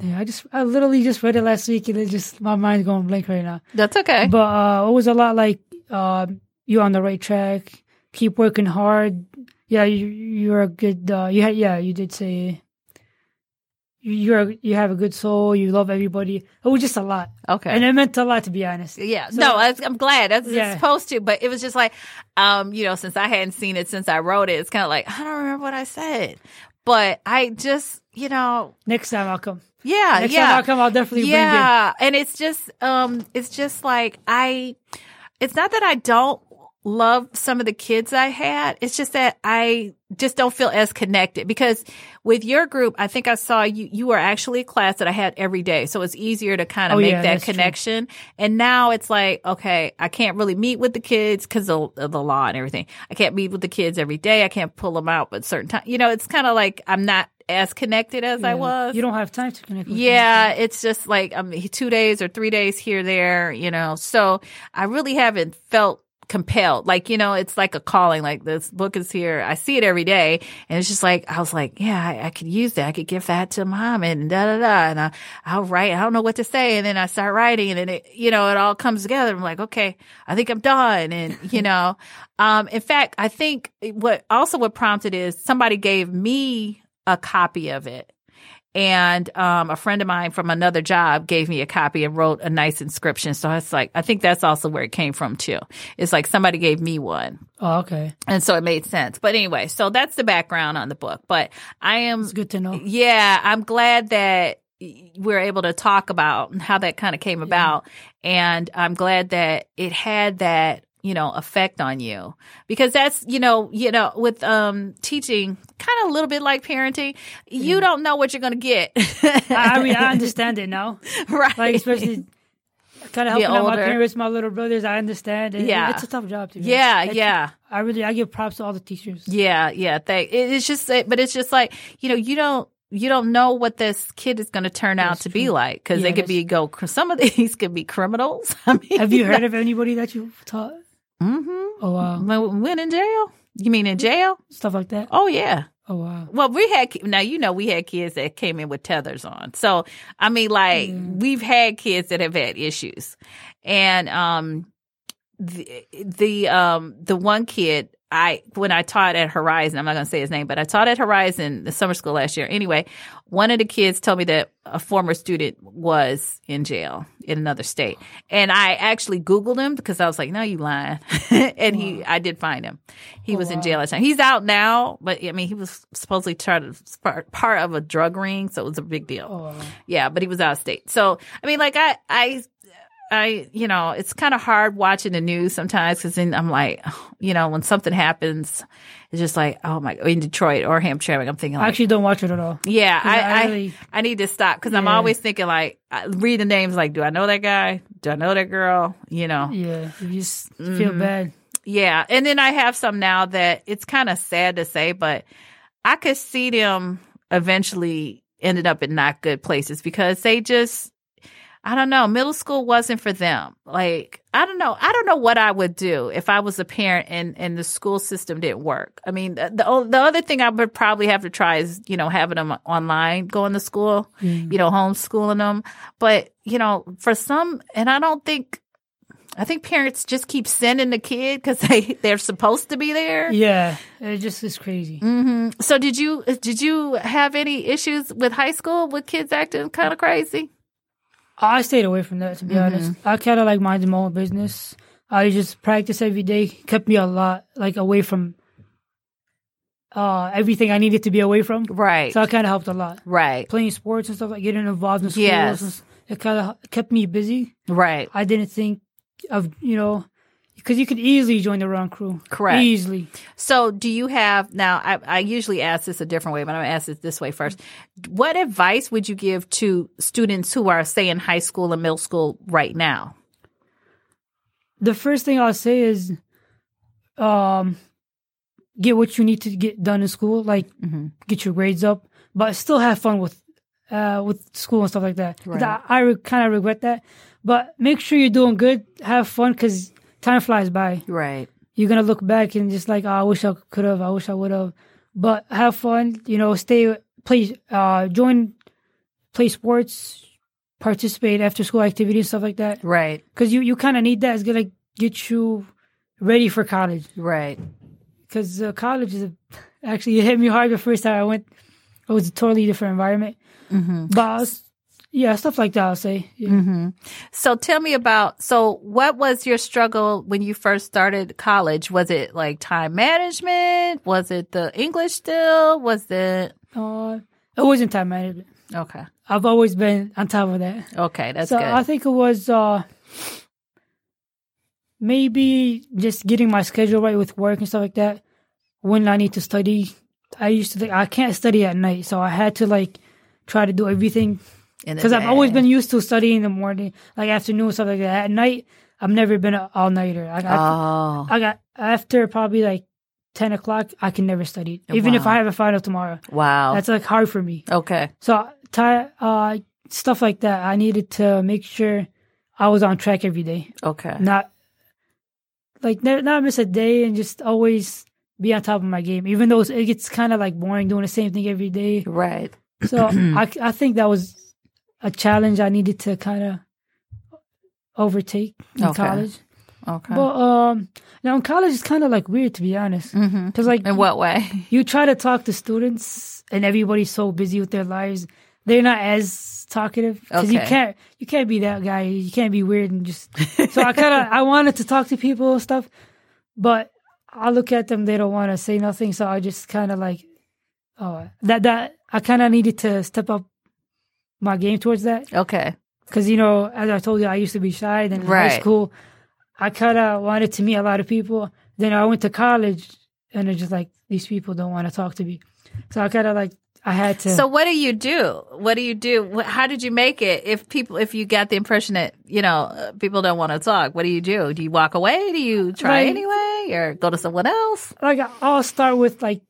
yeah, I just, I literally just read it last week and it just, my mind's going blank right now.
That's okay.
But uh, it was a lot like uh, you're on the right track. Keep working hard. Yeah, you, you're a good. Uh, you had, yeah, you did say you- you're a- you have a good soul. You love everybody. It was just a lot,
okay.
and it meant a lot to be honest.
Yeah.
So-
no, I, I'm glad that's what it's
Yeah.
supposed to, but it was just like, um, you know, since I hadn't seen it since I wrote it, it's kind of like I don't remember what I said, but I just, you know,
Next time I'll come.
yeah,
Next
Uh, yeah,
time I'll come, I'll definitely
yeah, and it's just, um, it's just like I, it's not that I don't loved some of the kids I had. It's just that I just don't feel as connected because with your group, I think I saw you, you were actually a class that I had every day. So it's easier to kind of
Oh,
make
yeah,
that
that's true.
connection. And now it's like, okay, I can't really meet with the kids because of, of the law and everything. I can't meet with the kids every day. I can't pull them out at certain time. You know, it's kind of like I'm not as connected as I
Yeah.
was.
You don't have time to connect. With them.
Yeah, it's just like um, two days or three days here, there, you know. So I really haven't felt compelled. Like, you know, it's like a calling, like this book is here. I see it every day. And it's just like, I was like, yeah, I, I could use that. I could give that to mom and da da da. And I, I'll write. I don't know what to say. And then I start writing and then it, you know, it all comes together. I'm like, okay, I think I'm done. And, you know, um, in fact, I think what also what prompted is somebody gave me a copy of it and um, a friend of mine from another job gave me a copy and wrote a nice inscription. So it's like, I think that's also where it came from too. It's like somebody gave me one.
Oh, okay.
And so it made sense. But anyway, so that's the background on the book. But I am,
It's good to know.
yeah, I'm glad that we're able to talk about how that kind of came about. And I'm glad that it had that, you know, effect on you because that's, you know, you know, with, um, teaching kind of a little bit like parenting, you don't know what you're going to get.
I, I mean, I understand it now.
right.
Like especially kind of helping out my
older.
parents, my little brothers. I understand. And
Yeah.
it's a tough job to be.
yeah.
honest. I-
Yeah.
I really I give props to all the teachers.
Yeah, yeah. Thank. it- It's just, that- but it's just like you know, you don't. You don't know what this kid is going to turn out
That's
to be like because
Yeah,
they could
that's
be go. Some of these could be criminals. I mean,
Have you heard of anybody that you taught?
Mm-hmm.
Oh wow,
Went in jail. You mean in jail?
stuff like that.
Oh yeah.
Oh wow.
Well, we had ki- now you know we had kids that came in with tethers on. So I mean, like we've had kids that have had issues, and um, the the um the one kid I when I taught at Horizon, I'm not going to say his name, but I taught at Horizon the summer school last year. Anyway, one of the kids told me that a former student was in jail in another state, and I actually Googled him because I was like, "No, you lying," and he I did find him. He was in jail at the time. He's out now, but I mean, he was supposedly part of, part of a drug ring, so it was a big deal.
Oh wow.
Yeah, but he was out of state. So I mean, like I, I, I, you know, it's kind of hard watching the news sometimes because then I'm like, you know, when something happens, it's just like, oh my, in Detroit or Hampshire, I'm thinking
I
like.
actually don't watch it at all.
yeah,
Yeah, I
I, I,
really-
I need to stop because I'm
Yeah.
always thinking like, I read the names like, do I know that guy? Do I know that girl? You know,
Yeah, you just feel bad.
yeah, and then I have some now that it's kind of sad to say, but I could see them eventually ended up in not good places because they just I don't know, middle school wasn't for them. Like, I don't know. I don't know what I would do if I was a parent and and the school system didn't work. I mean, the the, o- the other thing I would probably have to try is, you know, having them online going to school, you know, homeschooling them. But, you know, for some and I don't think I think parents just keep sending the kid cuz they they're supposed to be there.
Yeah, it just is crazy.
hmm So did you did you have any issues with high school with kids acting kind of crazy?
I stayed away from that to be honest. I kind of like minded my own business. I just practice every day. Kept me a lot like away from uh everything I needed to be away from.
Right.
So I kind of helped a lot.
right.
Playing sports and stuff like getting involved in schools.
Yes.
and s- It kind of kept me busy.
Right.
I didn't think of you know because you could easily join the wrong crew.
Correct.
Easily.
So do you have now I, I usually ask this a different way, but I'm gonna ask it this way first. What advice would you give to students who are say in high school and middle school right now?
the first thing I'll say is, um, get what you need to get done in school, like
Mm-hmm.
get your grades up, but still have fun with, uh, with school and stuff like that. 'Cause
Right.
I, I re- kind of regret that, but make sure you're doing good, have fun, cause time flies by.
Right.
You're gonna look back and just like, oh, I wish I could have, I wish I would have, but have fun, you know, stay, play, uh, join, play sports, participate after school activities, stuff like that
Right.
because you, you kind of need that. It's gonna get you ready for college
Right.
because uh, college is a, actually it hit me hard the first time I went. It was a totally different environment, mm-hmm. but I was, yeah, stuff like that. I'll say yeah.
Mm-hmm. So tell me about so what was your struggle when you first started college? Was it like time management? Was it the English still? Was it
uh, it wasn't time management.
Okay.
I've always been on top of that,
Okay, that's
so
good.
I think it was uh, maybe just getting my schedule right with work and stuff like that. When I need to study, I used to think I can't study at night, so I had to like try to do everything
in the
because I've
day.
always been used to studying in the morning, like afternoon, stuff like that. At night, I've never been an all nighter. I got,
Oh,
I got after probably like ten o'clock, I can never study, even if
Oh, Wow. Oh.
I have a final tomorrow.
wow.
That's like hard for me.
okay.
So ti uh, stuff like that, I needed to make sure I was on track every day,
Okay.
not like ne- not miss a day, and just always be on top of my game. Even though it's- it gets kind of like boring doing the same thing every day,
Right.
so I I think that was a challenge I needed to kind of overtake in
Okay.
college.
Okay.
But um, now in college it's kind of like weird to be honest, because
Mhm.
like
in what way?
you try to talk to students and everybody's so busy with their lives they're not as talkative because you
Okay.
can't you can't be that guy you can't be weird and just so i kind of i wanted to talk to people and stuff but i look at them they don't want to say nothing so i just kind of like oh that that i kind of needed to step up my game towards that
Okay.
because you know as i told you i used to be shy then in high
Right.
school i kind of wanted to meet a lot of people then i went to college and it's just like these people don't want to talk to me so i kind of like i had to
So what do you do? What do you do? Wh- How did you make it? If people, if you got the impression that you know uh, people don't want to talk, what do you do? Do you walk away? Do you try
Like-
anyway, or go to someone else?
like i'll start with like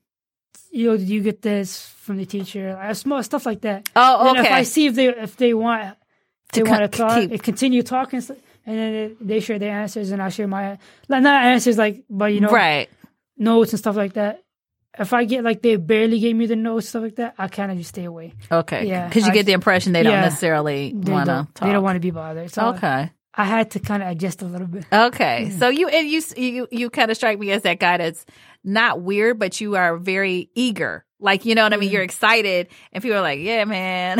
you know did you get this from the teacher like, small stuff like that
Oh,
and if
okay.
i see if they if they want they
co-
want to talk
keep-
and continue talking so- and then they- they share their answers and i share my like not answers like but you know
Right.
notes and stuff like that. If I get like they barely gave me the notes stuff like that, I kind of just stay away.
Okay.
Yeah,
Because you
I-
get the impression they don't
yeah.
necessarily
They
want to
don't,
talk.
they don't want to be bothered. So
Okay.
I had to kind of adjust a little bit.
Okay.
Mm-hmm.
So you and you you you kind of strike me as that guy that's not weird, but you are very eager. Like you know what I mean. You're excited, and people are like, "Yeah, man."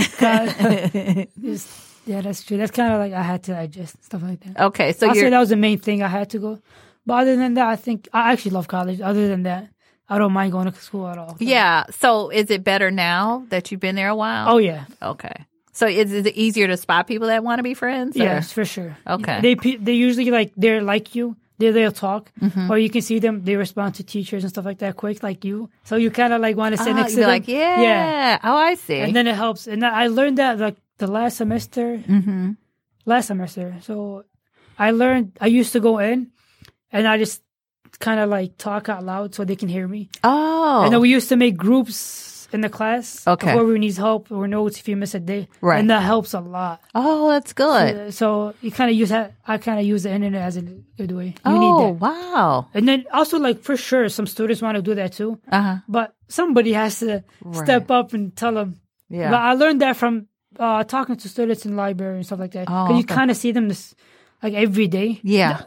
Just, yeah, that's true. That's kind of like I had to adjust stuff like that.
okay. So
I say
you're
that was the main thing I had to go. But other than that, I think I actually love college. Other than that, I don't mind going to school at all.
yeah. So is it better now that you've been there a
Oh
while?
yeah.
Okay. So is, is it easier to spot people that want to be friends? or-
Yes, for sure.
Okay.
They pe- they usually like they're like you. They they'll talk,
Mm-hmm.
or you can see them. They respond to teachers and stuff like that quick, like you. So you kind of like want to sit
Ah,
next
you'd
to
be
them.
like, yeah. Oh, I see.
and then it helps. And I learned that like the last semester,
Mm-hmm.
last semester. So I learned I used to go in, and I just kind of like talk out loud so they can hear me.
oh.
And then we used to make groups in the class.
Okay.
If whoever needs help or notes if you miss a day,
Right.
And that helps a lot.
oh, that's good.
Uh, so you kind of use that. I kind of use the internet as a good way. You
oh,
need that.
wow.
And then also, like for sure, some students want to do that too.
Uh huh.
But somebody has to step up and tell them.
Yeah.
But I learned that from uh, talking to students in library and stuff like that.
Oh,
'Cause you
okay.
kind of see them this, like every day.
Yeah.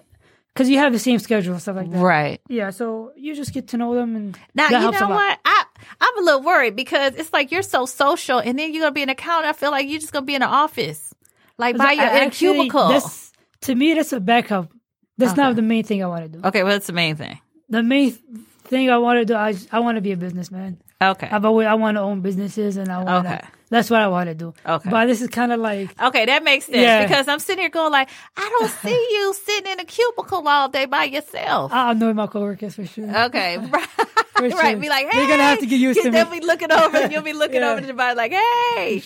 Because you have the same schedule and stuff like that.
Right.
Yeah. So you just get to know them, and
Now
that
you
helps
know
a lot.
what I I'm a little worried because it's like you're so social, and then you're gonna be in a counter. I feel like you're just gonna be in an office, like by
I-
your in a
actually,
cubicle.
that's- to me, that's a backup. That's not the main thing I want to do.
okay, well that's the main thing.
The main th- thing I want to do, I, just- I want to be a businessman.
Okay,
I've always I want to own businesses and I want
Okay.
to. That's what I want to do.
Okay.
But this is kind of like
okay, that makes sense
Yeah.
because I'm sitting here going like I don't see you sitting in a cubicle all day by yourself.
I know my coworkers for sure.
Okay, right,
For
right.
sure.
Be like, hey,
They're gonna have to get used to me.
They'll be looking over, and you'll be looking
Yeah.
over to the body like, hey.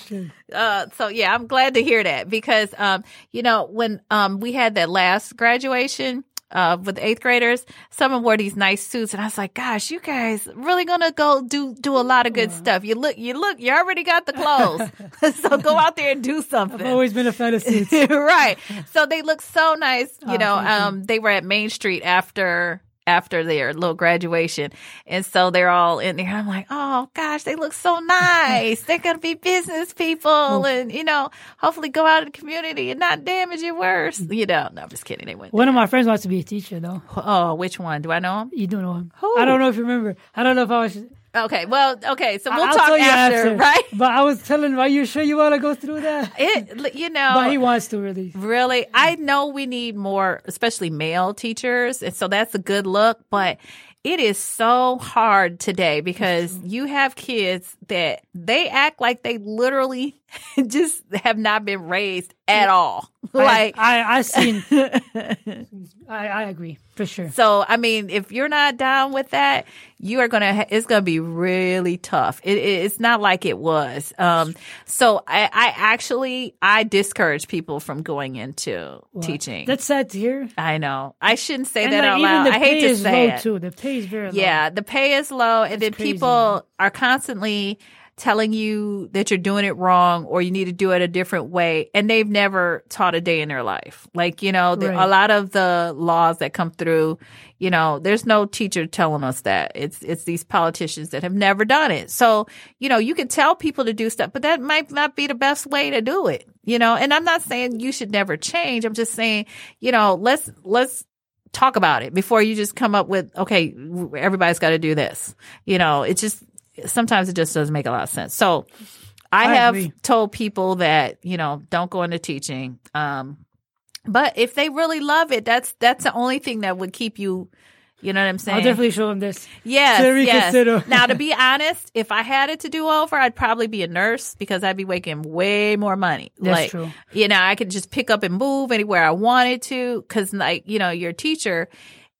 Uh, so yeah, I'm glad to hear that because, um, you know, when, um, we had that last graduation, uh, with eighth graders, someone wore these nice suits and I was like, gosh, you guys really gonna go do, do a lot of good stuff. You look, you look, you already got the clothes. so go out there and do something.
I've always been a fan of suits.
right. So they look so nice. You
Oh,
know,
thank you.
um, they were at Main Street after after their little graduation, and so they're all in there. I'm like, oh gosh, they look so nice. they're gonna be business
Oh.
people, and you know, hopefully go out in the community and not damage it worse.
Mm.
You know, no, I'm just kidding. They went.
One of my friends wants to be a teacher though.
Oh, which one? Do I know him?
You don't know him.
Who?
I don't know if you remember. I don't know if I was.
Okay. Well, okay. So we'll
I'll tell
talk
you
after, right?
But I was telling him, are you sure you want to go through that?
It, you know,
But he wants to really.
Really? I know we need more, especially male teachers. And so that's a good look, but it is so hard today because you have kids that they act like they literally just have not been raised at all.
I-
Like
I, I, seen. I, I agree for sure.
So, I mean, if you're not down with that, you are gonna. Ha- it's gonna be really tough. It, it, it's not like it was. Um, so I, I actually I discourage people from going into teaching.
That's sad to hear.
I know. I shouldn't say
And
that
like,
out
even
loud.
the
I hate
pay
to
is low
say it.
too. The pay is very low.
Yeah, the pay is low, and then
crazy.
people are constantly telling you that you're doing it wrong or you need to do it a different way, and they've never taught a day in their life. Like you know, the, a
Right.
lot of the laws that come through, you know, there's no teacher telling us that. It's it's these politicians that have never done it. So you know, you can tell people to do stuff, but that might not be the best way to do it. You know, and I'm not saying you should never change. I'm just saying, you know, let's let's talk about it before you just come up with okay w- everybody's got to do this you know it just sometimes it just doesn't make a lot of sense so i,
I
have
agree.
told people that you know don't go into teaching um but if they really love it that's that's the only thing that would keep you you know what i'm saying
I'll definitely show him this.
Yes,
to
yes.
reconsider.
now, to be honest, if I had it to do over, I'd probably be a nurse because I'd be making way more money.
That's
like,
true.
You know, I could just pick up and move anywhere I wanted to because, like, you know, you're a teacher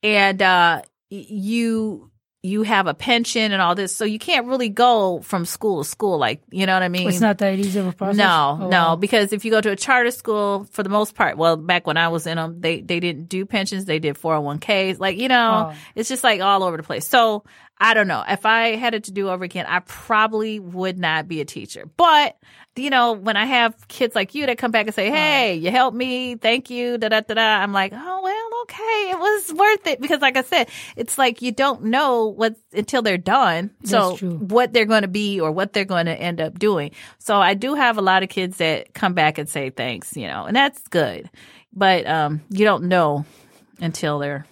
and uh, y- you you have a pension and all this, so you can't really go from school to school. Like, you know what I mean?
It's not that easy of a process.
Mm. No,
Oh,
no,
wow.
because if you go to a charter school, for the most part, well, back when I was in them, they they didn't do pensions, they did four hundred one ks. Like you know,
Oh.
it's just like all over the place. So I don't know. If I had it to do over again, I probably would not be a teacher. But you know, when I have kids like you that come back and say, "Hey, you helped me, thank you," da da da da, I'm like, oh well, okay, it was worth it because, like I said, it's like you don't know what until they're done. so
true.
what they're going to be or what they're going to end up doing. So I do have a lot of kids that come back and say thanks, you know, and that's good. But um, you don't know until they're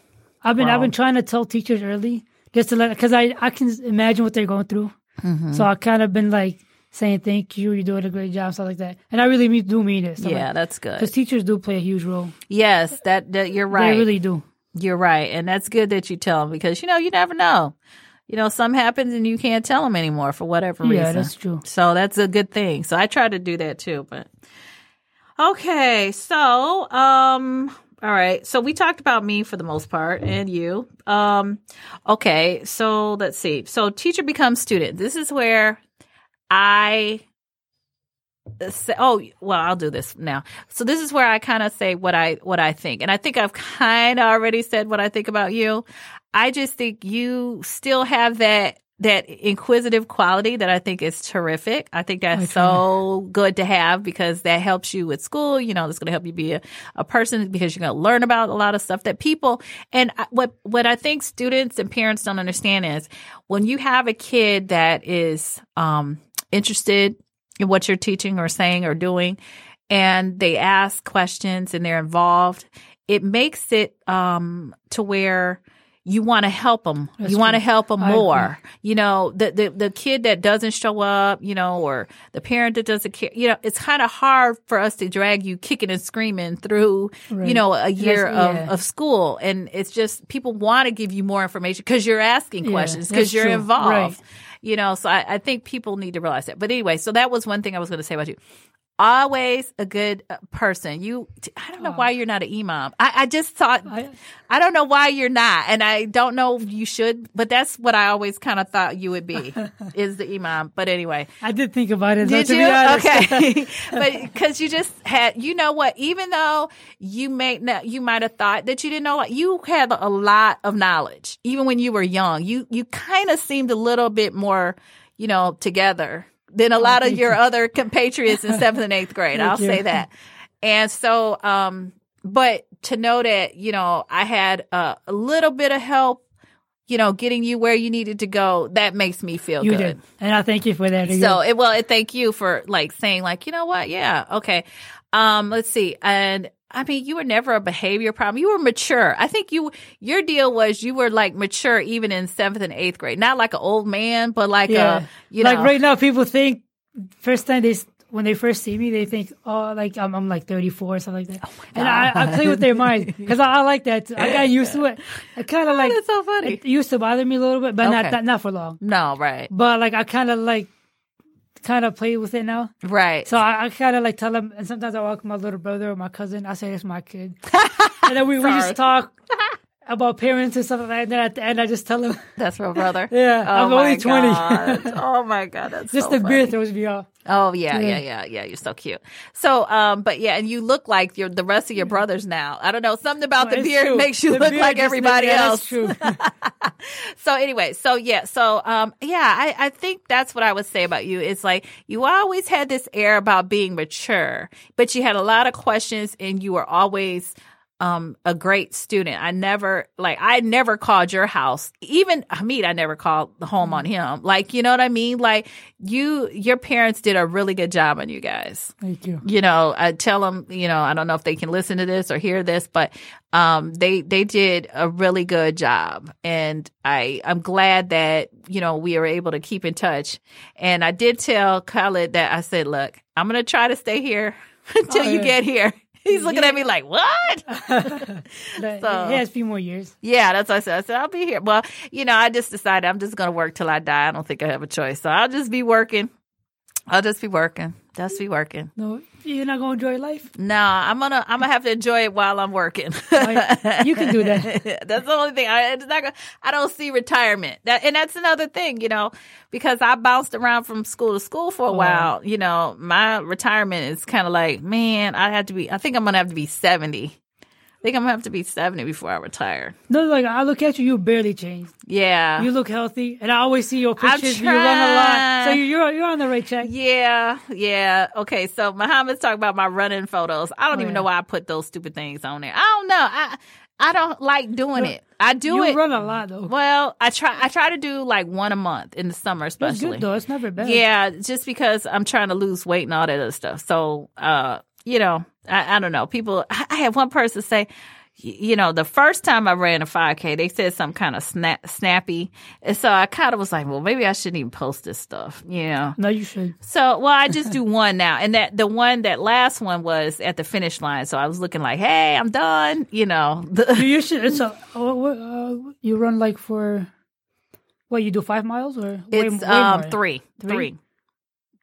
I've been I've
Wow.
been trying to tell teachers early just to let because I I can imagine what they're going through.
Mm-hmm.
So I kind of been like saying thank you, you're doing a great job, stuff like that. And I really mean, do mean it.
yeah, that's good.
because teachers do play a huge role.
Yes, that, that you're right.
They really do.
You're right, and that's good that you tell them because you know you never know. You know, something happens and you can't tell them anymore for whatever reason.
Yeah, that's true.
So that's a good thing. So I try to do that too, but okay. So, um, all right. So we talked about me for the most part and you. Um, okay. So let's see. So teacher becomes student. This is where I say, oh, well, I'll do this now. So this is where I kind of say what I, what I think. And I think I've kind of already said what I think about you. I just think you still have that that inquisitive quality that I think is terrific. I think that's so good to have because that helps you with school. You know, it's going to help you be a, a person because you're going to learn about a lot of stuff that people and I, what what I think students and parents don't understand is when you have a kid that is um, interested in what you're teaching or saying or doing, and they ask questions and they're involved, it makes it um, to where you want to help them.
That's
you want to
true.
help them
I
more. You know, the, the the kid that doesn't show up, you know, or the parent that doesn't care. You know, it's kind of hard for us to drag you kicking and screaming through, you
Right.
know, a year
That's-
of,
yeah.
of school. And it's just people want to give you more information because you're asking
Yeah,
questions
that's
because you're
true.
involved.
Right.
You know, so I, I think people need to realize that. But anyway, so that was one thing I was going to say about you. Always a good uh, person. You, I don't know why you're not an imam. I, I just thought, I,
I-
don't know why you're not, and I don't know if you should, but that's what I always kind of thought you would be, is the imam. But anyway,
I did think about it. though,
did
to
you?
Be honest.
Okay, but because you just had, you know what? Even though you may not, you might have thought that you didn't know, like you had a lot of knowledge, even when you were young. You you kind of seemed a little bit more, you know, together than a lot of your other compatriots in seventh and eighth grade. I'll
you.
say that. And so, um, but to know that you know I had uh, a little bit of help. You know, getting you where you needed to go, that makes me feel
You
good.
did, and I thank you for that. You-
So uh, it well, it thank you for like saying like you know what, yeah, okay. Um, let's see, and I mean you were never a behavior problem. You were mature. I think you your deal was you were like mature even in seventh and eighth grade, not like an old man, but like
yeah,
a you
like
know.
right now, people think first time they s- when they first see me, they think, oh, like I'm, I'm like 34 or something
Oh
like that. and I, I play with their minds because I, I like that. Too. I got used to it. I kind of like
Oh, that's so funny.
It used to bother me a little bit, but
Okay.
not, not not for long.
no, right.
But like I kind of like kind of play with it now.
Right.
So I, I kind of like tell him, and sometimes I walk my little brother or my cousin. I say it's my kid, and then we, we just talk about parents and stuff like that. And then at the end, I just tell him,
that's real, brother.
Yeah,
Oh
I'm only
my
20.
God. oh my god, that's
just
so
the beer
funny.
throws me off.
Oh yeah, yeah,
Yeah.
yeah, yeah. You're so cute. So, um, but yeah, and you look like your the rest of your brothers now. I don't know, something about the
It's
beard
true.
makes you
The
look
beard
like
just-
everybody
yeah,
else.
That's true.
So anyway, so yeah, so um, yeah, I I think that's what I would say about you. It's like you always had this air about being mature, but you had a lot of questions, and you were always um a great student. I never like I never called your house. Even Hamid, I never called home on him. Like you know what I mean? Like you, your parents did a really good job on you guys
Thank you.
you know, I tell them, you know, I don't know if they can listen to this or hear this, but um, they they did a really good job, and I I'm glad that you know we were able to keep in touch. And I did tell Khaled that I said, look, I'm gonna try to stay here until
Oh,
you
yeah.
get here. He's looking at me like, what?
But
So-
He has a few more years.
Yeah, that's what I said. I said, I'll be here. Well, you know, I just decided I'm just going to work till I die. I don't think I have a choice. So I'll just be working. I'll just be working. Just be working.
No, you're not gonna enjoy life.
No, I'm gonna I'm gonna have to enjoy it while I'm working.
Oh, Like, you can do that.
that's the only thing. I it's not gonna, I don't see retirement. That and that's another thing, you know, because I bounced around from school to school
Oh,
for a while. You know, my retirement is kind of like, man, I have to be. I think I'm gonna have to be seventy. I think I'm gonna have to be seventy before I retire.
No, like I look at you, you barely changed.
Yeah,
You look healthy, and I always see your
I'm
pictures. You run a lot, so
trying.
you- you're you're on the right track.
Yeah, yeah. Okay, so Muhammad's talking about my running photos. I don't even
Oh, yeah.
know why I put those stupid things on there. I don't know. I I don't like doing it. I do
You
it.
run a lot though.
well, I try I try to do like one a month in the summer
That's
especially.
good though. It's never bad.
Yeah, just because I'm trying to lose weight and all that other stuff. So, uh, you know, I, I don't know. People, I, I had one person say, y- you know, the first time I ran a 5K, they said some kind of snap, snappy. And so I kind of was like, well, maybe I shouldn't even post this stuff. Yeah.
No, you should.
So, well, I just do one now, and that the one that last one was at the finish line. So I was looking like, "Hey, I'm done," you know.
You- You should. It's a. oh, what, uh, you run like for. What you do? Five miles or way-
it's
way
um
more?
three, three,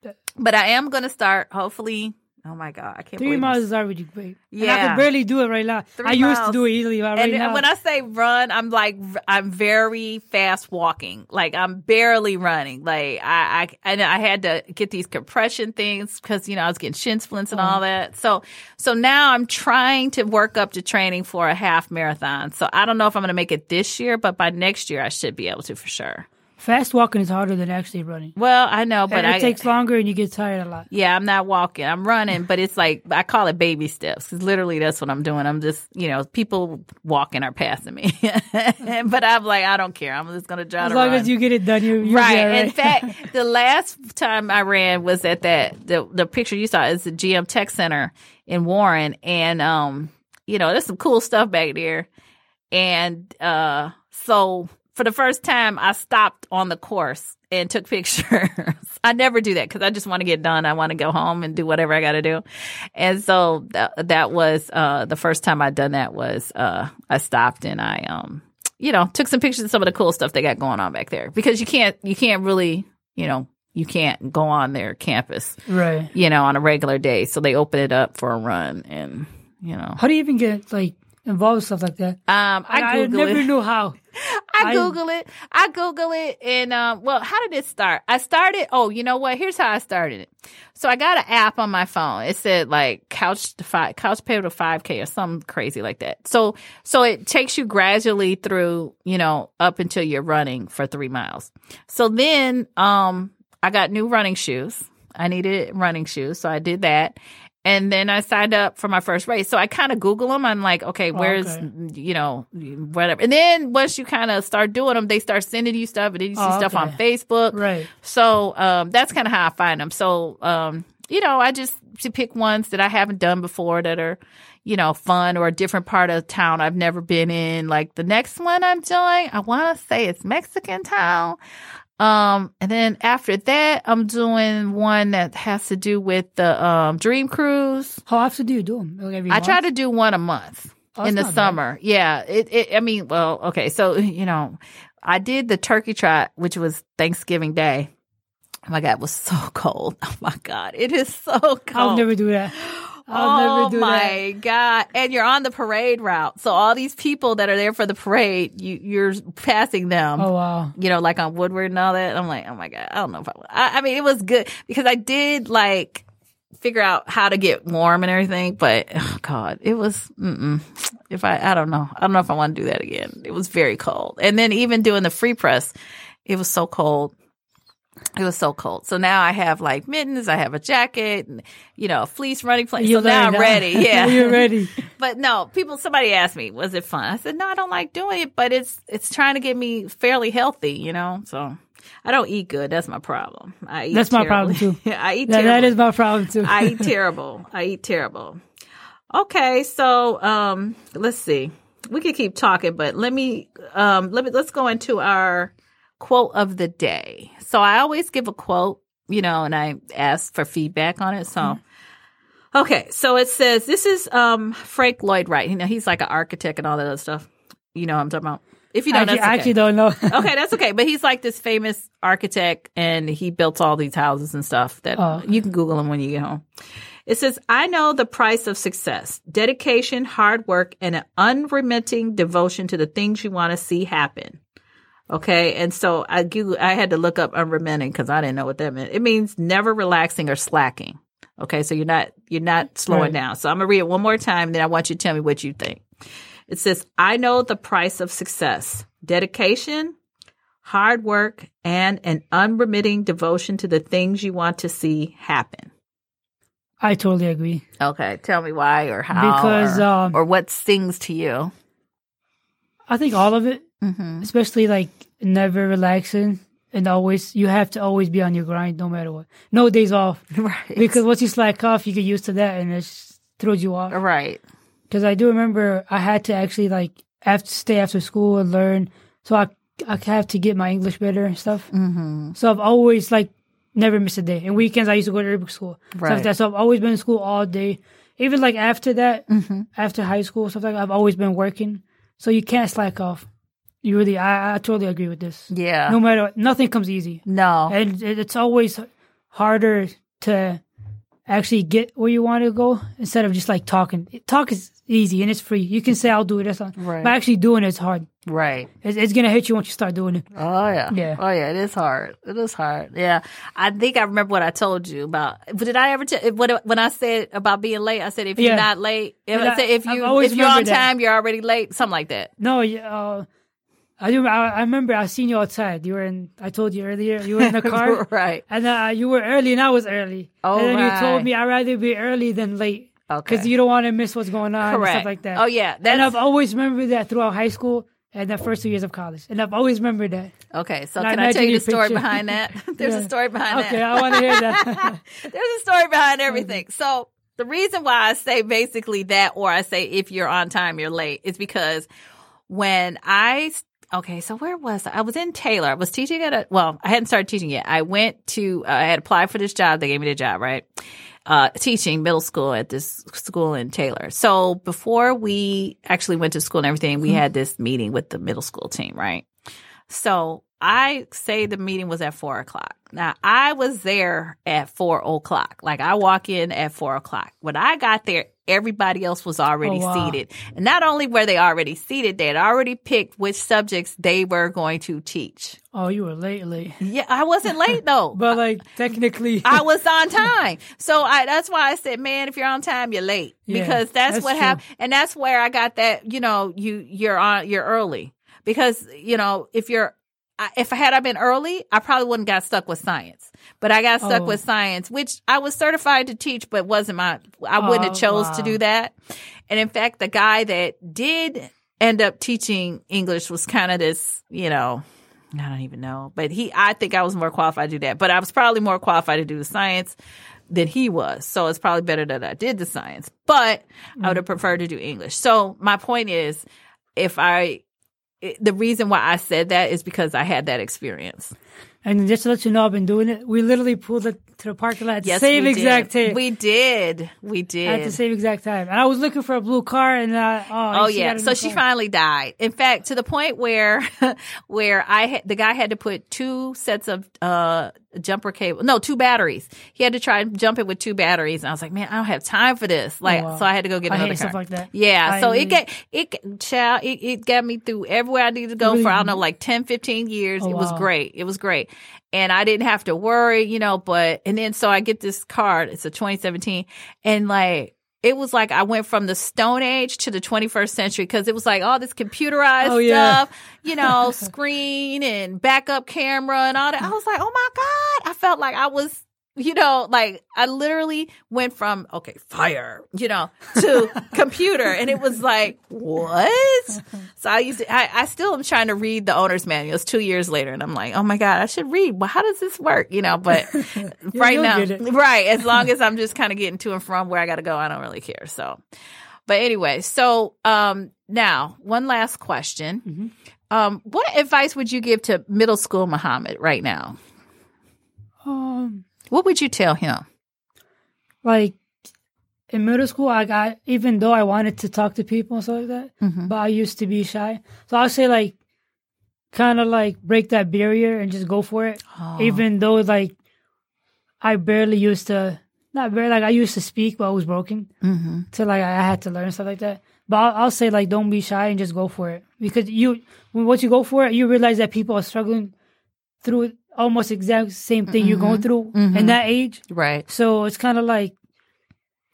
Three?
But I am gonna start. Hopefully, oh my god, I can't
Three
believe
miles
this.
is already great. and I
Yeah.
can barely do it right now.
Three
I used
miles.
to do it easily, but right
and,
now
and when I say run, I'm like v- I'm very fast walking. Like I'm barely running. Like I, I and I had to get these compression things because you know I was getting shin splints and
Oh.
all that. So so now I'm trying to work up to training for a half marathon. So I don't know if I'm going to make it this year, but by next year I should be able to for sure.
fast walking is harder than actually running.
Well, I know, but
and it
I
takes longer, and you get tired a lot.
yeah, I'm not walking. I'm running, but it's like I call it baby steps. 'cause literally, that's what I'm doing. I'm just, you know, people walking are passing me, but I'm like, I don't care. I'm just gonna try
As
to
long
run.
as you get it done, you you'll
right.
Be all right.
In fact, the last time I ran was at that the the picture you saw is the GM Tech Center in Warren, and um, you know, there's some cool stuff back there, and uh, so for the first time, I stopped on the course and took pictures. I never do that because I just want to get done. I want to go home and do whatever I got to do, and so th- that was uh the first time I done that was uh I stopped and I um you know, took some pictures of some of the cool stuff they got going on back there because you can't you can't really, you know, you can't go on their campus,
right.
you know, on a regular day. So they open it up for a run and, you know.
How do you even get like involved with stuff like that? And
Um I Google
never
it.
knew how.
I
I-
Google it. I Google it and um well, how did it start? I started oh, you know what? Here's how I started it. So I got an app on my phone. It said like couch to five couch pay to five K or something crazy like that. So so it takes you gradually through, you know, up until you're running for three miles. So then um I got new running shoes. I needed running shoes, so I did that. And then I signed up for my first race. So I kind of Google them. I'm like, okay, where's,
okay.
you know, whatever. And then once you kind of start doing them, they start sending you stuff and then you see
Oh,
stuff on
okay.
Facebook.
Right.
So um, that's kind of how I find them. So, um, you know, I just to pick ones that I haven't done before that are, you know, fun or a different part of town I've never been in. Like the next one I'm doing, I want to say it's Mexican town. Um, and then after that, I'm doing one that has to do with the um, Dream Cruise.
How often do you do them? Like every
I
month?
try to do one a month
Oh,
in the
that's not bad.
summer. Yeah. It, it. I mean, well, okay. So you know, I did the turkey trot, which was Thanksgiving Day, Oh my God, it was so cold. Oh my God, it is so cold.
I'll never do that. I'll
oh
never do that.
my god! And you're on the parade route, so all these people that are there for the parade, you you're passing them.
Oh wow.
You know, like on Woodward and all that. And I'm like, oh my god, I don't know if I. would. I, I mean, it was good because I did like figure out how to get warm and everything, but oh god, it was. Mm-mm. If I, I don't know, I don't know if I want to do that again. It was very cold, and then even doing the free press, it was so cold. It was so cold. So now I have like mittens, I have a jacket, and, you know, a fleece running place.
You're
so now I'm ready. Yeah.
You're ready.
But no, people. Somebody asked me, "Was it fun?" I said, "No, I don't like doing it, but it's it's trying to get me fairly healthy, you know." So I don't eat good. That's my problem. I eat
That's my problem,
terribly.
too.
I eat
Yeah,
terrible.
that is my problem too.
I eat terrible. I eat terrible. Okay, so um, let's see. We could keep talking, but let me um, let me let's go into our quote of the day. So I always give a quote, you know, and I ask for feedback on it. So.
Mm-hmm.
Okay, so it says this is um, Frank Lloyd Wright. You know, he's like an architect and all that other stuff. You know what I'm talking about. If you don't,
actually,
that's okay. Oh.
I actually don't know.
okay, that's okay. But he's like this famous architect and he built all these houses and stuff that
Oh.
you can Google him when you get home. It says, I know the price of success, dedication, hard work, and an unremitting devotion to the things you want to see happen. Okay. And so I Google, I had to look up unremitting because I didn't know what that meant. It means never relaxing or slacking. Okay. So you're not, you're not slowing
Right.
down. So I'm going to read it one more time. Then I want you to tell me what you think. It says, I know the price of success, dedication, hard work, and an unremitting devotion to the things you want to see happen.
I totally agree.
Okay, tell me why or how
Because,
or,
um,
or what sings to you.
I think all of it,
Mm-hmm.
especially like never relaxing and always, you have to always be on your grind no matter what. No days off.
Right.
Because once you slack off, you get used to that and it just throws you off.
right.
because I do remember I had to actually like have to stay after school and learn. So I I have to get my English better and stuff.
Mm-hmm.
So I've always like never missed a day. And weekends I used to go to Arabic school. Stuff like
Right.
that. So I've always been in school all day. Even like after that,
Mm-hmm.
after high school, stuff like that, I've always been working. So you can't slack off. You really, I, I totally agree with this.
Yeah.
No
No.
matter what, nothing comes easy. And it, it's always harder to actually get where you want to go instead of just like talking. Talk is easy and it's free. You can say, I'll do it. That's not,
Right.
But actually doing it's hard.
Right.
It's, it's going to hit you once you start doing it.
Oh yeah.
Yeah.
Oh yeah. It is hard. It is hard. Yeah. I think I remember what I told you about. But did I ever tell what when I said about being late? I said if you're
Yeah.
not late, if
And
I
I-
said if
I've
you
always
if you're on
remembered that.
time, you're already late. Something like that.
No, yeah, uh, I do. I, I remember I seen you outside. You were in, I told you earlier, you were in the car.
right.
And uh, you were early and I was early.
Oh,
and then you
right.
told me I'd rather be early than late.
Okay.
Because you don't want to miss what's going on and
Correct.
stuff like that.
Oh yeah. That's,
and I've always remembered that throughout high school and the first two years of college. And I've always remembered that.
Okay, so
And I
can I
imagine
tell you
your
the story
picture.
behind that? There's a
Yeah.
story behind
Okay,
that.
I want to hear that.
There's a story behind everything. So the reason why I say basically that, or I say if you're on time, you're late, is because when I okay, so where was I? I was in Taylor. I was teaching at a well, I hadn't started teaching yet. I went to uh, I had applied for this job. They gave me the job, right? Uh, teaching middle school at this school in Taylor. So before we actually went to school and everything, we had this meeting with the middle school team, right? So I say the meeting was at four o'clock. Now I was there at four o'clock. Like I walk in at four o'clock. When I got there, everybody else was already
Oh, wow.
seated. And not only were they already seated, they had already picked which subjects they were going to teach.
oh, you were late, late.
Yeah, I wasn't late though.
But like technically,
I was on time. So I that's why I said, man, if you're on time, you're late.
Yeah,
because that's,
that's
what
true.
happened and that's where I got that, you know, you you're on you're early. Because, you know, if you're I- if I had I been early, I probably wouldn't got stuck with science. But I got stuck
Oh.
with science, which I was certified to teach, but wasn't my I wouldn't have
Oh,
chose to
wow.
do that. And in fact, the guy that did end up teaching English was kind of this, you know, I don't even know, but he, I think I was more qualified to do that, but I was probably more qualified to do the science than he was. So it's probably better that I did the science, but I
Mm-hmm.
would have preferred to do English. So my point is, if I, it- the reason why I said that is because I had that experience.
and just to let you know, I've been doing it. We literally pulled it to the parking lot at the
Yes,
same
we
exact
did.
time.
We did. We did.
at the same exact time. And I was looking for a blue car, and uh, oh,
Oh
she
yeah,
got a
so
new
she
car.
finally died. In fact, to the point where, where I had the guy had to put two sets of uh jumper cable. No, two batteries. He had to try and jump it with two batteries, and I was like, man, I don't have time for this. Like,
Oh, wow.
so I had to go get
I
another
hate
car.
stuff like that.
Yeah,
I
so it
hate-
got it child it, it got me through everywhere I needed to go for I don't know like 10 15 years.
Oh,
it was
wow.
great. It was great. And I didn't have to worry, you know, but and then so I get this card. It's a 2017 and like it was like I went from the Stone Age to the 21st century because it was like all this computerized
Oh, yeah.
stuff, you know, screen and backup camera and all that. I was like, oh my God. I felt like I was you know, like I literally went from okay, fire, you know, to computer, and it was like what? So I used to, I, I still am trying to read the owner's manual. It's two years later, and I'm like, oh my god, I should read. Well, how does this work? You know, but right
you'll
now,
get it.
right, as long as I'm just kind of getting to and from where I got to go, I don't really care. So, but anyway, so um, now one last question. Um, what advice would you give to middle school Muhammad right now?
Um,
What would you tell him?
like in middle school, I got even though I wanted to talk to people and stuff like that, but I used to be shy. So I'll say like, kind of like break that barrier and just go for it. Even though like, I barely used to not barely like I used to speak, but I was broken.
Mm-hmm.
to like I had to learn stuff like that. But I'll, I'll say like don't be shy and just go for it because you when- once you go for it, you realize that people are struggling through almost exact same thing you're going through in that age.
Right.
So it's kind of like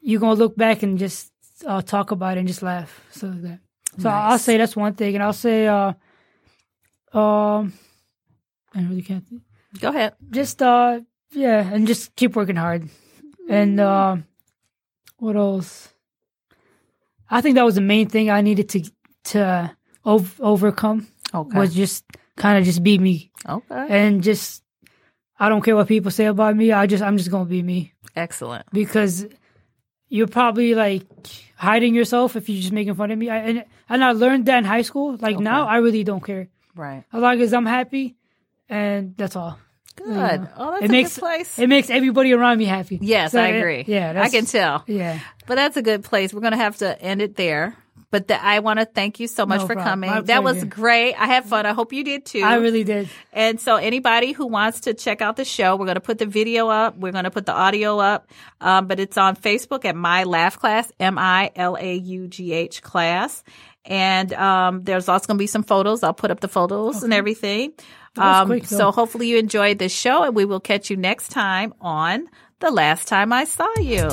you're gonna look back and just uh, talk about it and just laugh. So like that. So I'll
Nice.
say that's one thing, and I'll say uh, um, I really can't. Think
Go ahead.
just uh yeah and just keep working hard and uh,
Mm-hmm.
what else i think that was the main thing i needed to to ov- overcome
Okay.
was just kind of just be me
okay.
and just i don't care what people say about me i just i'm just gonna be me
Excellent.
because you're probably like hiding yourself if you're just making fun of me I, and and i learned that in high school like now i really don't care
Right.
as long as i'm happy and that's all
Good.
Yeah.
Oh, that's
It
a
makes-
good place.
it makes everybody around me happy.
yes,
So
I
it-
agree.
yeah,
I can tell.
Yeah,
But that's a good place. We're going to have to end it there. But the, I want to thank you so much
No
for
problem.
coming.
My
that was
pleasure.
great. I had fun. I hope you did too.
I really did.
And so, anybody who wants to check out the show, we're going to put the video up. We're going to put the audio up. Um, but it's on Facebook at My Laugh Class, M I L A U G H class. And um, there's also going to be some photos. I'll put up the photos and everything.
was
Um,
quick, though.
so, hopefully, you enjoyed this show, and we will catch you next time on The Last Time I Saw You.